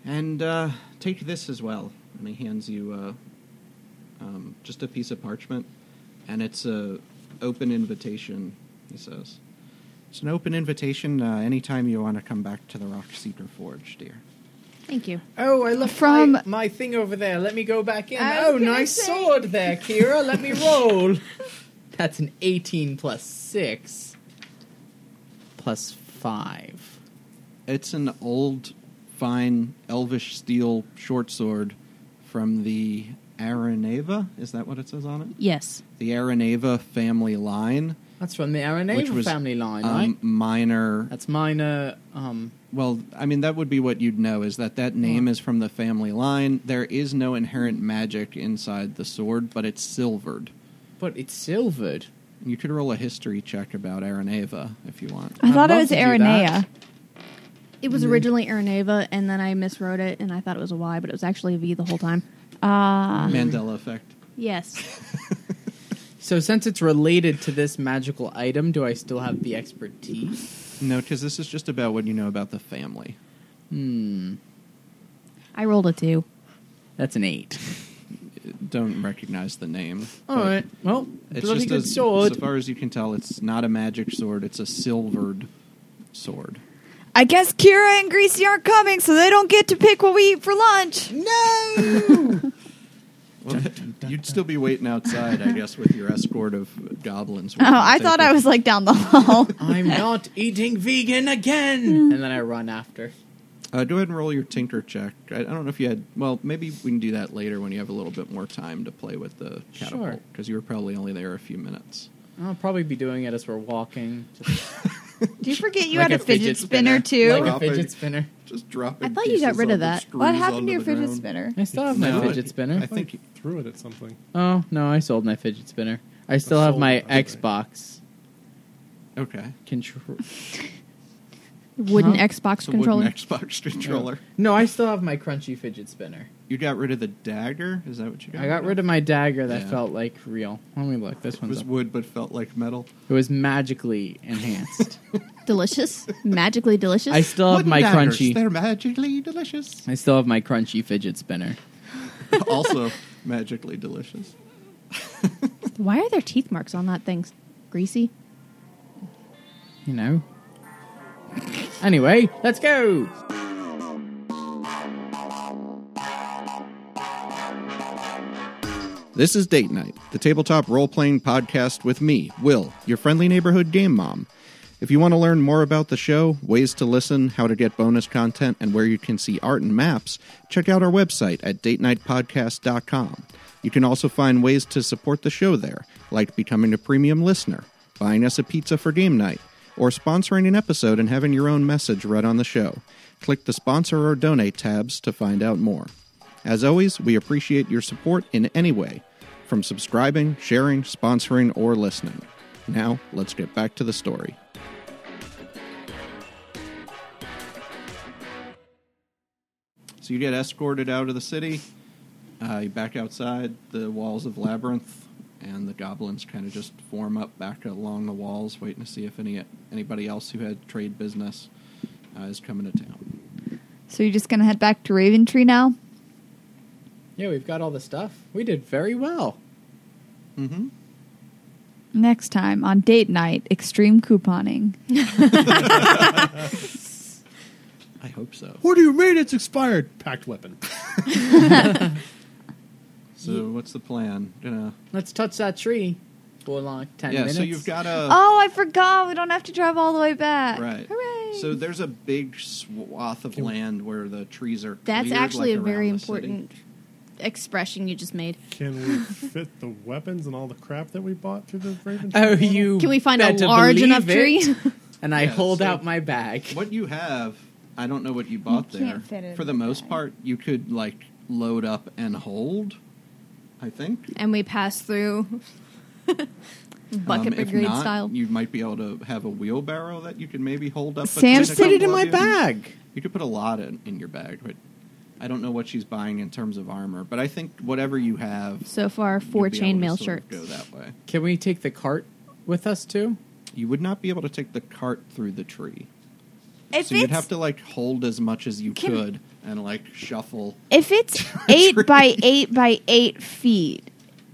and uh take this as well. And he hands you uh um just a piece of parchment and it's a open invitation, he says. It's an open invitation uh, anytime you want to come back to the Rock Seeker Forge, dear.
Thank you.
Oh, I left
From-
my, my thing over there. Let me go back in.
I was
Oh,
gonna
nice
say-
sword there, Kira. Let me roll. That's an 18 plus 6 plus 5.
It's an old, fine, elvish steel short sword from the Araneva. Is that what it says on it?
Yes.
The Araneva family line,
That's from the
which
Araneva
was
family line,
um,
right?
minor.
That's minor. Um,
Well, I mean, that would be what you'd know is that that name
Hmm.
is from the family line. There is no inherent magic inside the sword, but it's silvered.
but it's silvered.
You could roll a history check about Araneva if you want.
I
I'd
thought it
love
was
to do that.
Aranea.
It was originally Araneva, and then I miswrote it, and I thought it was a Y, but it was actually a V the whole time.
Ah.
Mandela effect.
Yes.
So since it's related to this magical item, do I still have the expertise?
No, because this is just about what you know about the family.
Hmm.
I rolled a two.
That's an eight.
Don't recognize the name.
All
but-
right. Well,
It's
bloody
just
good
a,
sword.
As far as you can tell, it's not a magic sword. It's a silvered sword.
I guess Kira and Greasy aren't coming, so they don't get to pick what we eat for lunch. Oh,
no.
Well, you'd still be waiting outside, I guess, with your escort of goblins.
Oh, I
Take
thought
it.
I was like down the hall.
I'm not eating vegan again. and then I run after.
Uh, go ahead and roll your tinker check. I, I don't know if you had. Well, maybe we can do that later when you have a little bit more time to play with the
Sure.
catapult because you were probably only there a few minutes.
I'll probably be doing it as we're walking. Just
Do you forget you
like
had a fidget spinner, too?
Like a
Dropping.
fidget spinner.
Just dropping.
I thought you got
pieces
rid
on
of
the
that.
screws
What happened
onto
to your
the
fidget
ground.
spinner?
I still have
No,
my
I-
fidget spinner.
I think-
he threw it at something.
oh no, I sold my fidget spinner. I still have
sold
my
it, okay.
Xbox
Okay.
control.
Wooden
Huh?
Xbox
It's a
controller.
wooden Xbox controller.
No, I still have my crunchy fidget spinner.
You got rid of the dagger. Is that what you got?
I got rid of my dagger that
Yeah.
felt like real. Let me look. This
It
one's
was
up.
wood, but felt like metal.
It was magically enhanced.
delicious, magically delicious.
I still have
Wooden
my
daggers,
crunchy.
They're magically delicious.
I still have my crunchy fidget spinner.
also magically delicious.
Why are there teeth marks on that thing? Greasy.
You know. Anyway, let's go.
This is Date Night, the tabletop role playing podcast with me, Will, your friendly neighborhood game mom. If you want to learn more about the show, ways to listen, how to get bonus content, and where you can see art and maps, check out our website at datenightpodcast.com. You can also find ways to support the show there, like becoming a premium listener, buying us a pizza for game night, or sponsoring an episode and having your own message read on the show. Click the sponsor or donate tabs to find out more. As always, we appreciate your support in any way, from subscribing, sharing, sponsoring, or listening. Now, let's get back to the story. So you get escorted out of the city. Uh, you back outside the walls of Labyrinth, and the goblins kind of just form up back along the walls, waiting to see if any anybody else who had trade business uh, is coming to town.
So you're just gonna head back to Raven Tree now?
Yeah, we've got all the stuff. We did very well.
Mm-hmm.
Next time on date night, extreme couponing.
I hope so.
What do you mean it's expired? Packed weapon.
So what's the plan? Gonna
Let's touch that tree for like ten
yeah.
minutes.
So you've got a
oh, I forgot. We don't have to drive all the way back.
Uh. right.
Oh, Hooray!
So there's a big swath of land where the trees are.
That's
cleared,
actually
like,
a very
around the city.
important expression you just made.
Can we fit the weapons and all the crap that we bought through the Raven?
Oh, you.
Can we find a
better
large
believe
enough
it.
tree?
And I
Yeah,
hold
so-
out my bag.
What you have, I don't know what you bought
You
there.
can't fit it
For
in
the
the
most
bag.
part, you could like load up and hold. I think
and we pass through bucket
Um, if
brigade
not,
style.
You might be able to have a wheelbarrow that you could maybe hold up.
Sam
and
Just
take a
put it in
couple
my
of you.
bag.
You could put a lot in, in your bag, but I don't know what she's buying in terms of armor. But I think whatever you have,
So far,
you'd
four
be able
chainmail
to sort
shirts.
of Go that way.
Can we take the cart with us too?
You would not be able to take the cart through the tree.
if
so you'd have to like hold as much as you
Can-
could and like shuffle.
If it's eight by eight by eight feet,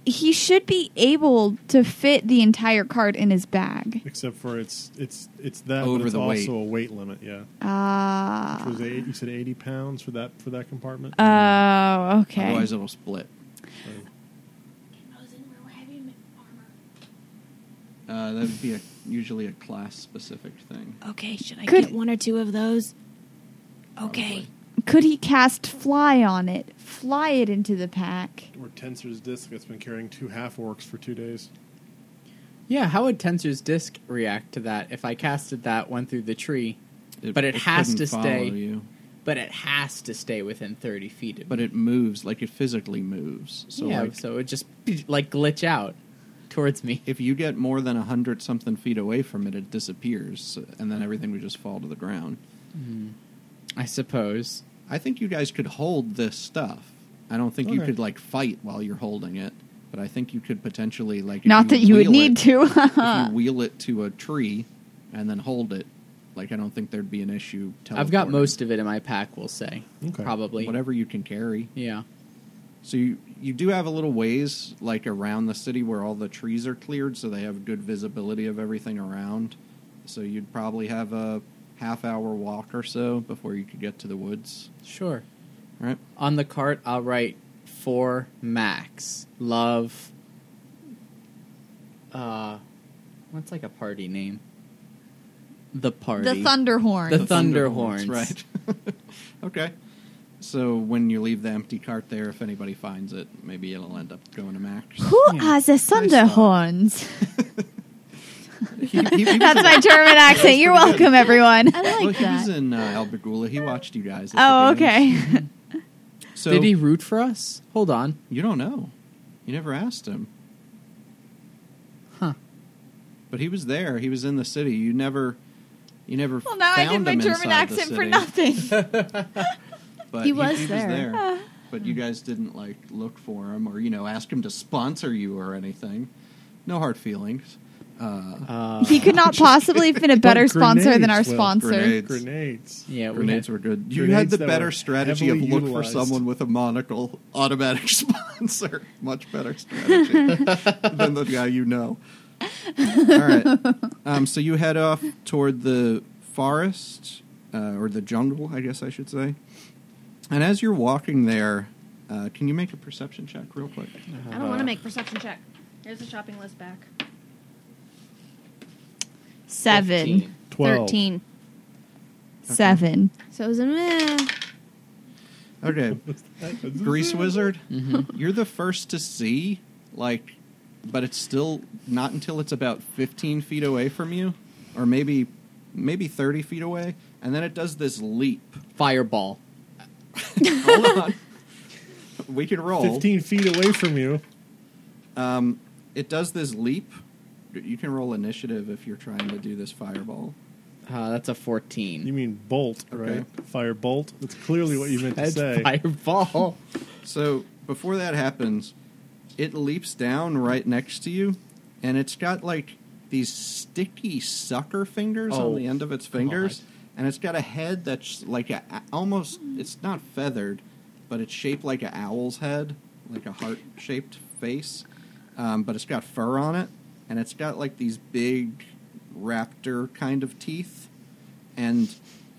he should be able to fit the entire cart in his bag.
Except for it's it's it's that
Over
but it's
the
also
weight.
a weight limit. Yeah,
Ah.
Which was eight, you said eighty pounds for that for that compartment.
Oh, okay.
Otherwise, it'll split.
So
Uh, that would be a, usually a class specific thing.
Okay, should I
Could-
get one or two of those? Okay.
probably.
Could he cast fly on it? Fly it into the pack.
or Tensor's disc that's been carrying two half orcs for two days.
Yeah. How would Tensor's disc react to that if I casted that one through the tree? But it has
couldn't
to
follow
stay-
You.
But it has to stay within thirty feet. Of
But
me.
it moves like it physically moves. So
yeah,
like,
so it would just like glitch out towards me.
if you get more than a hundred something feet away from it, it disappears, and then everything would just fall to the ground.
I suppose.
I think you guys could hold this stuff. I don't think you
Okay.
could like fight while you're holding it, but I think you could potentially like. if
Not that you would
wheel
need
it- if
to.
you wheel it to a tree and then hold it. Like I don't think there'd be an issue.
I've got
teleporting.
most of it in my pack. We'll say
Okay.
probably
whatever you can carry.
Yeah.
So you you do have a little ways like around the city where all the trees are cleared, so they have good visibility of everything around. So you'd probably have a half hour walk or so before you could get to the woods,
Sure.
right?
On the cart, I'll write for Max. Love. Uh, what's like a party name? The party.
the thunderhorn.
The thun- Thunder
Thunderhorns,
horns.
right? okay. So when you leave the empty cart there, if anybody finds it, maybe it'll end up going to Max.
Who
Yeah.
are the thunderhorns?
He- he- he was
That's
in-
my German accent. You're
pretty good.
welcome, everyone.
I like
well, he
that.
was in uh, El Bagula. He watched you guys. at
Oh,
the games.
okay.
So
Did he root for us? Hold on.
You don't know. You never asked him.
Huh.
But he was there. He was in the city. You never, you never.
Well, now I did
found
my
him
German
inside the
accent for
city,
nothing.
But
He was there.
Ah.
But you guys didn't like look for him or you know ask him to sponsor you or anything. No hard feelings. Uh,
Uh,
he could not possibly have been a
But
better sponsor than our
grenades, well,
sponsor.
grenades.
Grenades.
yeah, we
grenades
had-
were good. You had
grenades
the
that
better
were
strategy of
heavily
look
utilized.
for someone with a monocle, automatic sponsor. Much better strategy than the guy you know. All right. Um, so you head off toward the forest, uh, or the jungle, I guess I should say. And as you're walking there, uh, can you make a perception check real quick?
I don't want to make perception check. Here's the shopping list back.
Seven.
15.
Twelve.
Thirteen.
Seven.
So it was a meh.
Okay. Grease Wizard,
Mhm.
you're the first to see, like, but it's still not until it's about 15 feet away from you, or maybe maybe 30 feet away, and then it does this leap.
Fireball.
Hold on. We can roll.
Fifteen feet away from you.
Um, it does this leap. You can roll initiative if you're trying to do this fireball.
Uh, that's a fourteen.
You mean bolt, right?
Okay.
Fire bolt. That's clearly what you meant to
That's
say.
fireball.
So before that happens, it leaps down right next to you, and it's got like these sticky sucker fingers
Oh,
on the end of its fingers,
God.
and it's got a head that's like a, a- almost it's not feathered, but it's shaped like an owl's head, like a heart shaped face, um, but it's got fur on it, and it's got like these big raptor kind of teeth and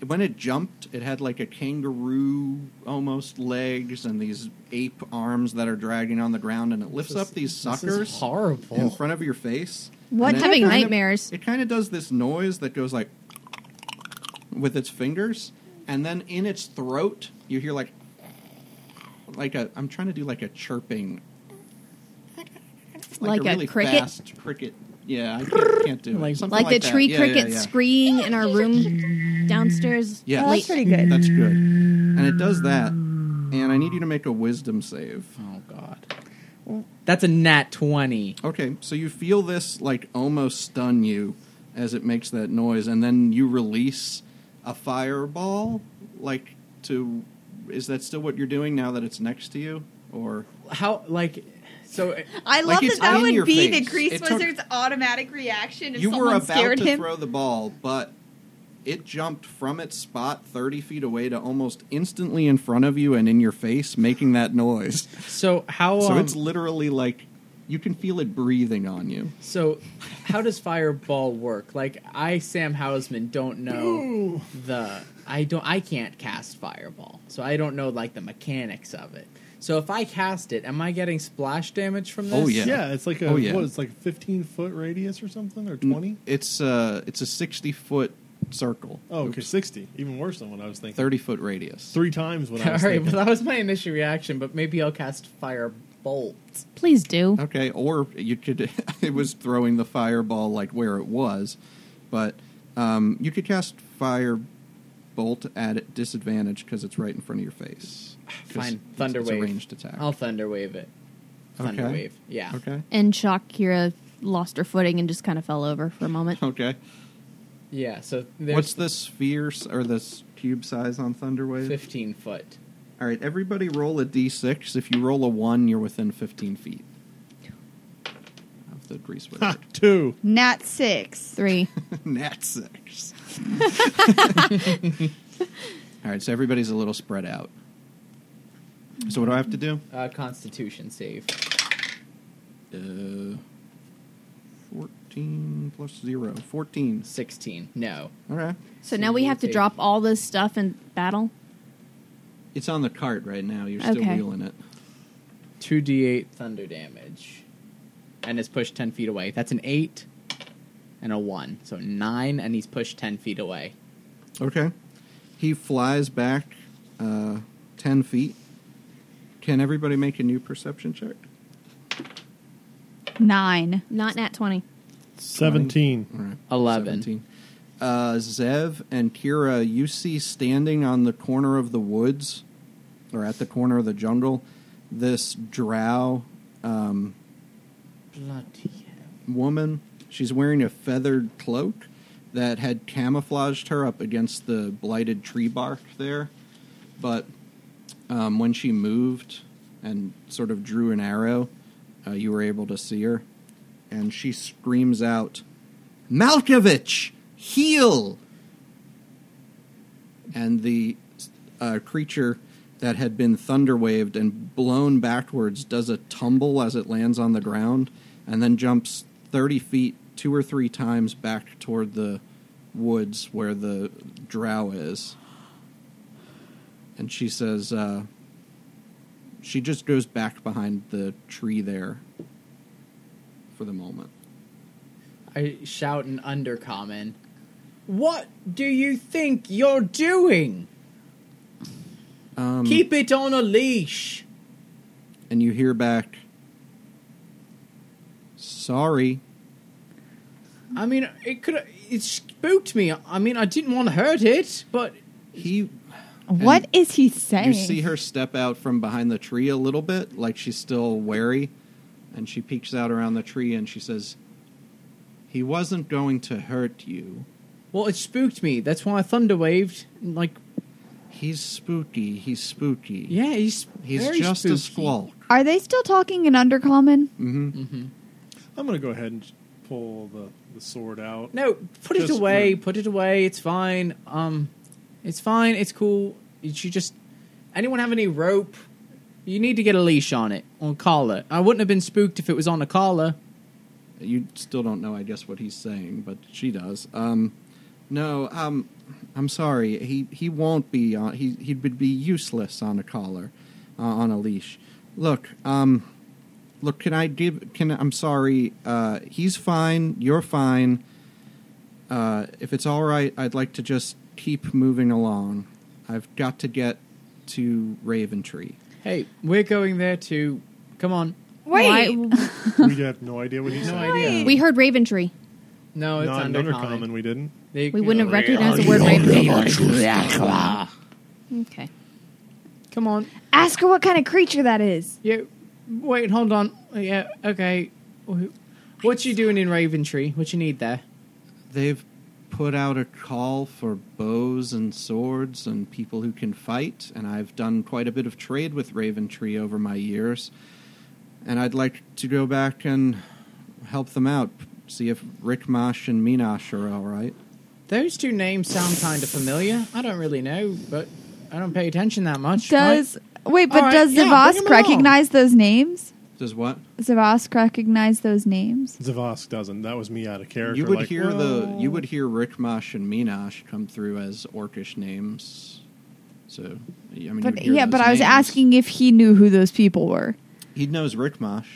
when it jumped, it had like a kangaroo almost legs and these ape arms that are dragging on the ground, and it lifts
This is-
up these
this is
suckers
horrible.
in front of your face.
What?
And it
Having
kinda-
nightmares.
It kind of does this noise that goes like with its fingers, and then in its throat, you hear like like a I'm trying to do like a chirping,
Like a cricket?
fast cricket. Yeah, I can't, can't do it.
Like-
Something
Like, the
that.
tree
Yeah, yeah,
cricket
yeah.
screeing in our room downstairs.
Yes.
Well, Oh, that's pretty good.
That's good. And it does that. And I need you to make a wisdom save.
Oh god. That's a nat twenty.
Okay, so you feel this like almost stun you as it makes that noise, and then you release a fireball. Like to, is that still what you're doing now that it's next to you, or
How like so? uh,
I
Like,
love
it's
that that
in your
would be
face.
the Grease
It took-
Wizard's automatic reaction if
you
someone
were about
scared
to
him.
throw the ball, but it jumped from its spot 30 feet away to almost instantly in front of you and in your face, making that noise.
So how?
So
um,
it's literally like you can feel it breathing on you.
So, how does fireball work? Like, I Sam Hausman don't know the I don't I can't cast fireball, so I don't know like the mechanics of it. So if I cast it, am I getting splash damage from this?
Oh,
Yeah.
yeah.
it's like a
Oh, yeah.
what? It's like a fifteen foot radius or something, or twenty.
It's uh it's a sixty foot circle.
Oh, okay, sixty. Even worse than what I was thinking.
Thirty foot radius.
Three times what I
All
was
right.
thinking.
Well, that was my initial reaction, but maybe I'll cast firebolt.
Please do.
Okay, or you could it was throwing the fireball like where it was, but um you could cast fire bolt at disadvantage because it's right in front of your face. 'Cause
Fine,
it's-
thunder
it's a
wave.
ranged attack.
I'll thunder wave it. Thunder
Okay.
wave. Yeah.
Okay.
And Shakira lost her footing and just kind of fell over for a moment.
Okay.
Yeah. So there's
What's the sphere s- or this cube size on thunder wave?
fifteen foot.
All right, everybody roll a d6. If you roll a 1, you're within 15 feet of the grease
Ha,
wizard.
two.
Nat six.
Three.
Nat 6. All right, so everybody's a little spread out. So what do I have to do?
Uh, Constitution save.
Uh, 14 plus 0. 14.
Sixteen. No.
All right.
So now we have to drop all this stuff and battle.
It's on the cart right now. You're still
Okay.
wheeling it.
2d8 thunder damage and is pushed 10 feet away. That's an 8 and a 1. So 9, and he's pushed 10 feet away.
Okay. He flies back uh, 10 feet. Can everybody make a new perception check?
Nine.
Not nat 20.
Seventeen.
All right.
11.
17. Uh, Zev and Kira, you see standing on the corner of the woods, or at the corner of the jungle, this drow um,
Bloody
woman. She's wearing a feathered cloak that had camouflaged her up against the blighted tree bark there. But um, when she moved and sort of drew an arrow, uh, you were able to see her. And she screams out, Malkovich, heal! And the uh, creature that had been thunder waved and blown backwards does a tumble as it lands on the ground and then jumps 30 feet two or three times back toward the woods where the drow is. And she says, uh, she just goes back behind the tree there for the moment.
I shout in undercommon. What do you think you're doing?
Um,
Keep it on a leash.
And you hear back, sorry.
I mean, it could. It spooked me. I mean, I didn't want to hurt it, but
He
What is he saying?
You see her step out from behind the tree a little bit, like she's still wary, and she peeks out around the tree and she says, "He wasn't going to hurt you.
well, it spooked me. That's why I thunder waved. and, Like,
He's spooky. He's spooky.
yeah, he's
he's
very
just a
spooky.
squall."
Are they still talking in undercommon?
hmm
I'm going to go ahead and pull the, the sword out.
No, put it
Just
away.
for-
Put it away. It's fine. Um, it's fine. It's cool. You should just. Anyone have any rope? You need to get a leash on it on collar. I wouldn't have been spooked if it was on a collar.
You still don't know, I guess, what he's saying, but she does. Um, no, um, I'm sorry. He he won't be on. He he would be useless on a collar, uh, on a leash. Look, um, look. Can I give? Can I'm sorry. Uh, he's fine. You're fine. Uh, if it's all right, I'd like to just keep moving along. I've got to get to Raven Tree.
Hey, we're going there to. Come on.
Wait.
Why-
we have no idea what he's
No
saying.
idea.
we heard Raventree.
No, it's
Not
under
another
undercommon.
common we didn't.
They-
We wouldn't have recognized the
Oh,
word Raventree. okay.
Come on.
Ask her what kind of creature that is.
Yeah. Wait. Hold on. Yeah. Okay. What you doing in Raven Tree? What you need there?
They've put out a call for bows and swords and people who can fight, and I've done quite a bit of trade with Raven Tree over my years. And I'd like to go back and help them out, see if Rickmash and Minash are all right.
Those two names sound kind of familiar. I don't really know, but I don't pay attention that much. right?
Does wait, but
All right,
does
yeah,
Zavask
bring 'em along.
recognize those names?
Does what?
Zavask recognize those names?
Zavask doesn't. That was me out of character.
you would
like,
hear the
"Whoa."
you would hear Rickmash and Minash come through as orcish names. So, I mean, you would
But
hear
yeah, but
those
I was
names.
asking if he knew who those people were.
He knows Rickmash.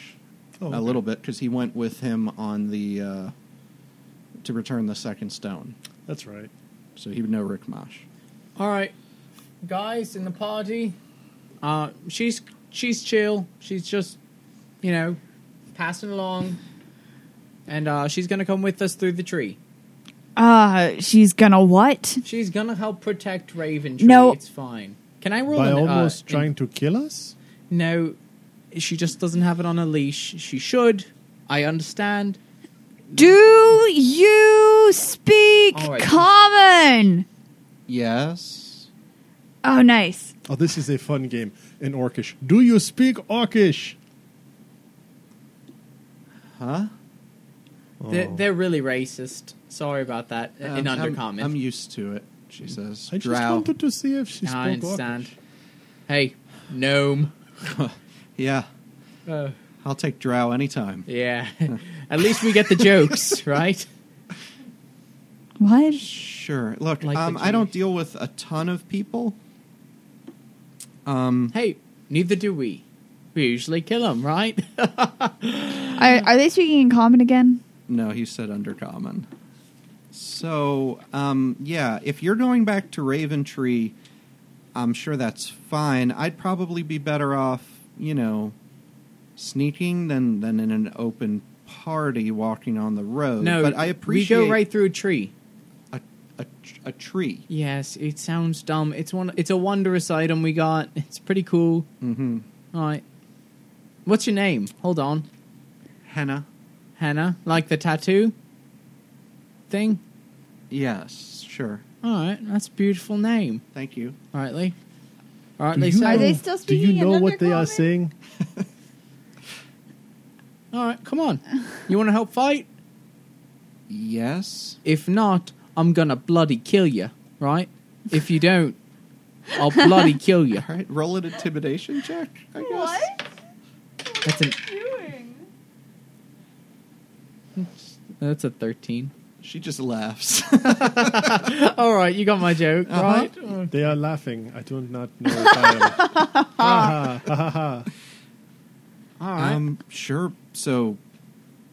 Oh,
a
okay.
little bit because he went with him on the uh, to return the second stone,
That's right.
so he would know Rick Mosh.
All right, guys in the party. Uh, she's she's chill. She's just, you know, passing along, and uh, she's gonna come with us through the tree.
Uh, she's gonna what?
She's gonna help protect Raven Tree.
No.
it's fine. Can I roll?
By
an, uh,
almost
an-
trying to kill us?
No, she just doesn't have it on a leash. She should. I understand.
Do you speak
All right.
common?
Yes.
Oh, nice.
Oh, this is a fun game in Orcish. Do you speak Orcish?
Huh?
They're,
Oh.
they're really racist. Sorry about that. in
Um, I'm-
undercommon,
I'm, used to it. She says.
Mm. Oh. I just
Drow.
wanted to see if she spoke
I understand.
Orcish.
Hey, gnome.
yeah,
Uh,
I'll take Drow anytime.
yeah. At least we get the jokes, right?
What?
Sure. Look,
Like the
um, I
Jewish.
don't deal with a ton of people. Um,
Hey, neither do we. We usually kill them, right?
Are, are they speaking in common again?
no, he said undercommon. So, um, yeah, if you're going back to Raven Tree, I'm sure that's fine. I'd probably be better off, you know, sneaking than than in an open party walking on the road.
no,
but I appreciate
We go right through a tree.
a, a a tree.
Yes, it sounds dumb. It's one. It's a wondrous item we got. It's pretty cool.
Mm-hmm.
All right. What's your name? Hold on,
Henna.
Hannah. Like the tattoo thing.
Yes, sure.
All right, that's a beautiful name.
Thank you.
All right, Lee. All right,
Do
Lee.
you,
so-
Are they still
do you
speaking in
know what they are
Undercommon?
saying?
All right, come on. You want to help fight?
Yes.
If not, I'm gonna bloody kill you, right? If you don't, I'll bloody kill you.
All right. Roll an intimidation check. I guess.
What?
That's an
What are you doing?
that's a thirteen.
She just laughs.
All right, you got my joke,
Uh-huh.
right?
They are laughing. I do not know if I am. ha Ah, ha ha ha ha.
All right,
um. Sure. So,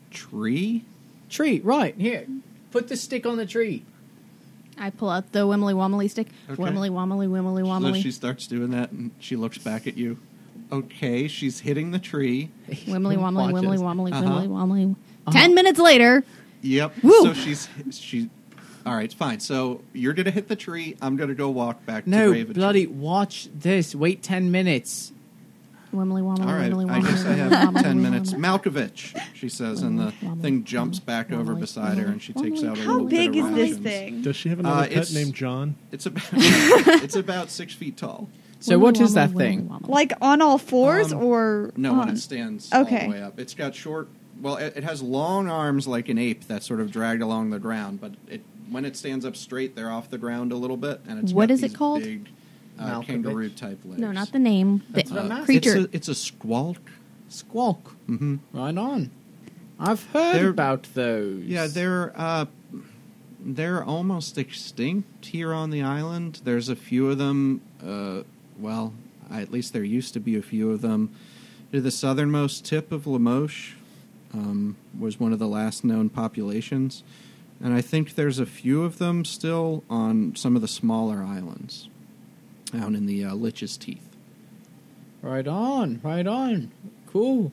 tree.
tree, right here. Put the stick on the tree.
I pull out the wimmly wommly stick.
Okay.
Wimmly wommly wimmly
So
wommly.
she starts doing that, and she looks back at you. Okay, she's hitting the tree.
Wimmly wommly
Watches.
wimmly wommly
Uh-huh.
wimmly wommly.
Uh-huh.
Ten minutes later,
Yep.
Woo!
So she's she. All right, fine. So you're gonna hit the tree. I'm gonna go walk back to
No,
Raven.
bloody watch this. Wait ten minutes.
wimmly wommly
All right,
wimmly wommly.
I guess I
wimmly,
have
wommly,
ten
wimmly,
minutes.
wommly.
Malkovich, she says, and the thing jumps back over beside her, and she takes out a
How
little
big
bit
is
of
this
rations.
thing?
Does she have
Uh,
another
it's-
pet named John?
It's about it's about six feet tall.
So
Wimmly,
what is that
wommly,
thing?
wimmly, wommly.
Like on all fours
Um,
or
Oh,
No,
on?
when it stands all
Okay.
the way up, it's got short. Well, it, it has long arms like an ape that's sort of dragged along the ground, but it when it stands up straight, they're off the ground a little bit, and it's
What
got
is it
these
called?
Big uh,
Malkovich.
kangaroo type legs.
No, not the name.
That's what
The
I'm asking.
creature.
It's a, it's a squawk.
Squawk.
Mm-hmm.
Right on. I've heard
They're-
about those.
Yeah, they're uh, they're almost extinct here on the island. There's a few of them. Uh, well, at least there used to be a few of them. To the southernmost tip of Lamoche um, was one of the last known populations, and I think there's a few of them still on some of the smaller islands, down in the uh, Lich's Teeth.
Right on, right on. Cool.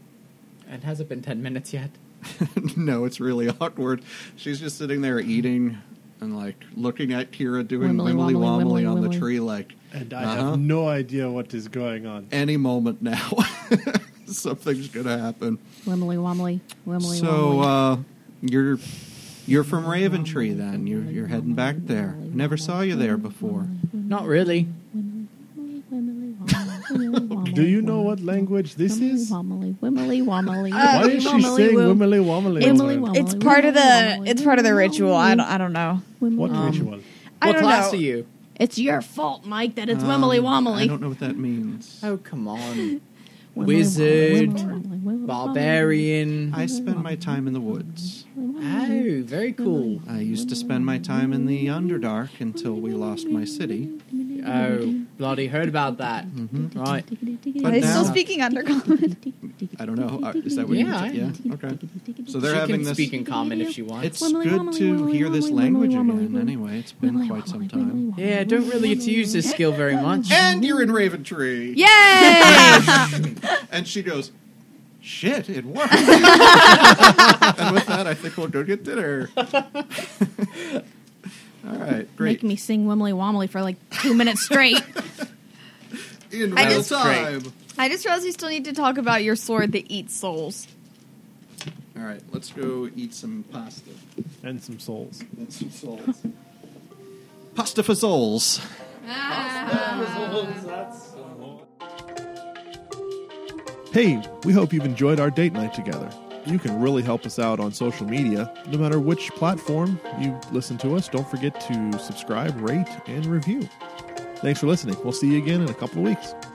It hasn't been 10 minutes yet.
no, it's really awkward. She's just sitting there eating and like looking at Kira doing
Wimbly, wombly,
wimbly, wombly,
wimbly,
on
wombly.
the tree, like
And I
uh-huh,
have no idea what is going on.
any moment now, something's gonna happen.
Wimmly wommly wimmly
so
wommly.
uh, you're you're from Raventree, then you're you're heading back there. Never saw you there before.
Mm-hmm.
Not really.
Do you know what language this is?
Wommly wommly wommly.
Uh,
Why is she
wommly,
saying
wom-
wimmily wommily? all
Wimmly
the time?
wommly.
It's part of the it's part of the ritual. I don't I don't know.
What
Um,
ritual?
I
what
don't
class
know.
are you?
It's your fault, Mike, that it's
Um,
wimmly
I
wommly.
don't know what that means.
Oh, come on.
Wimmly,
Wizard.
wommly, wimmly, wommly.
Barbarian.
I spend my time in the woods.
Oh, very cool.
I used to spend my time in the Underdark until we lost my city.
Oh, bloody heard about that.
Mhm.
Right.
But
Are they
now-
still speaking undercommon?
I don't know. Uh, Is that what
Yeah,
you Yeah. Okay. So they're
she
having
can
this.
speak in common if she wants.
It's
Wimbly,
good
wombly,
to
wombly,
hear this
wombly,
language
wombly,
again.
wombly.
Anyway, it's been
Wimbly,
quite some
wombly,
time.
wimbly,
yeah, I don't really get to use this skill very much.
And you're in Raventree.
Yay!
And she goes, "Shit, it worked." and with that, I think we'll go get dinner. All right,
Make
great.
me sing Wimmly Wommly for like two minutes straight.
in
I
real
just-
time.
I just realized we still need to talk about your sword that eats souls.
All right, let's go eat some pasta
And some souls.
and some souls. Pasta for souls.
Hey, we hope you've enjoyed our date night together. You can really help us out on social media. No matter which platform you listen to us, don't forget to subscribe, rate, and review. Thanks for listening. We'll see you again in a couple of weeks.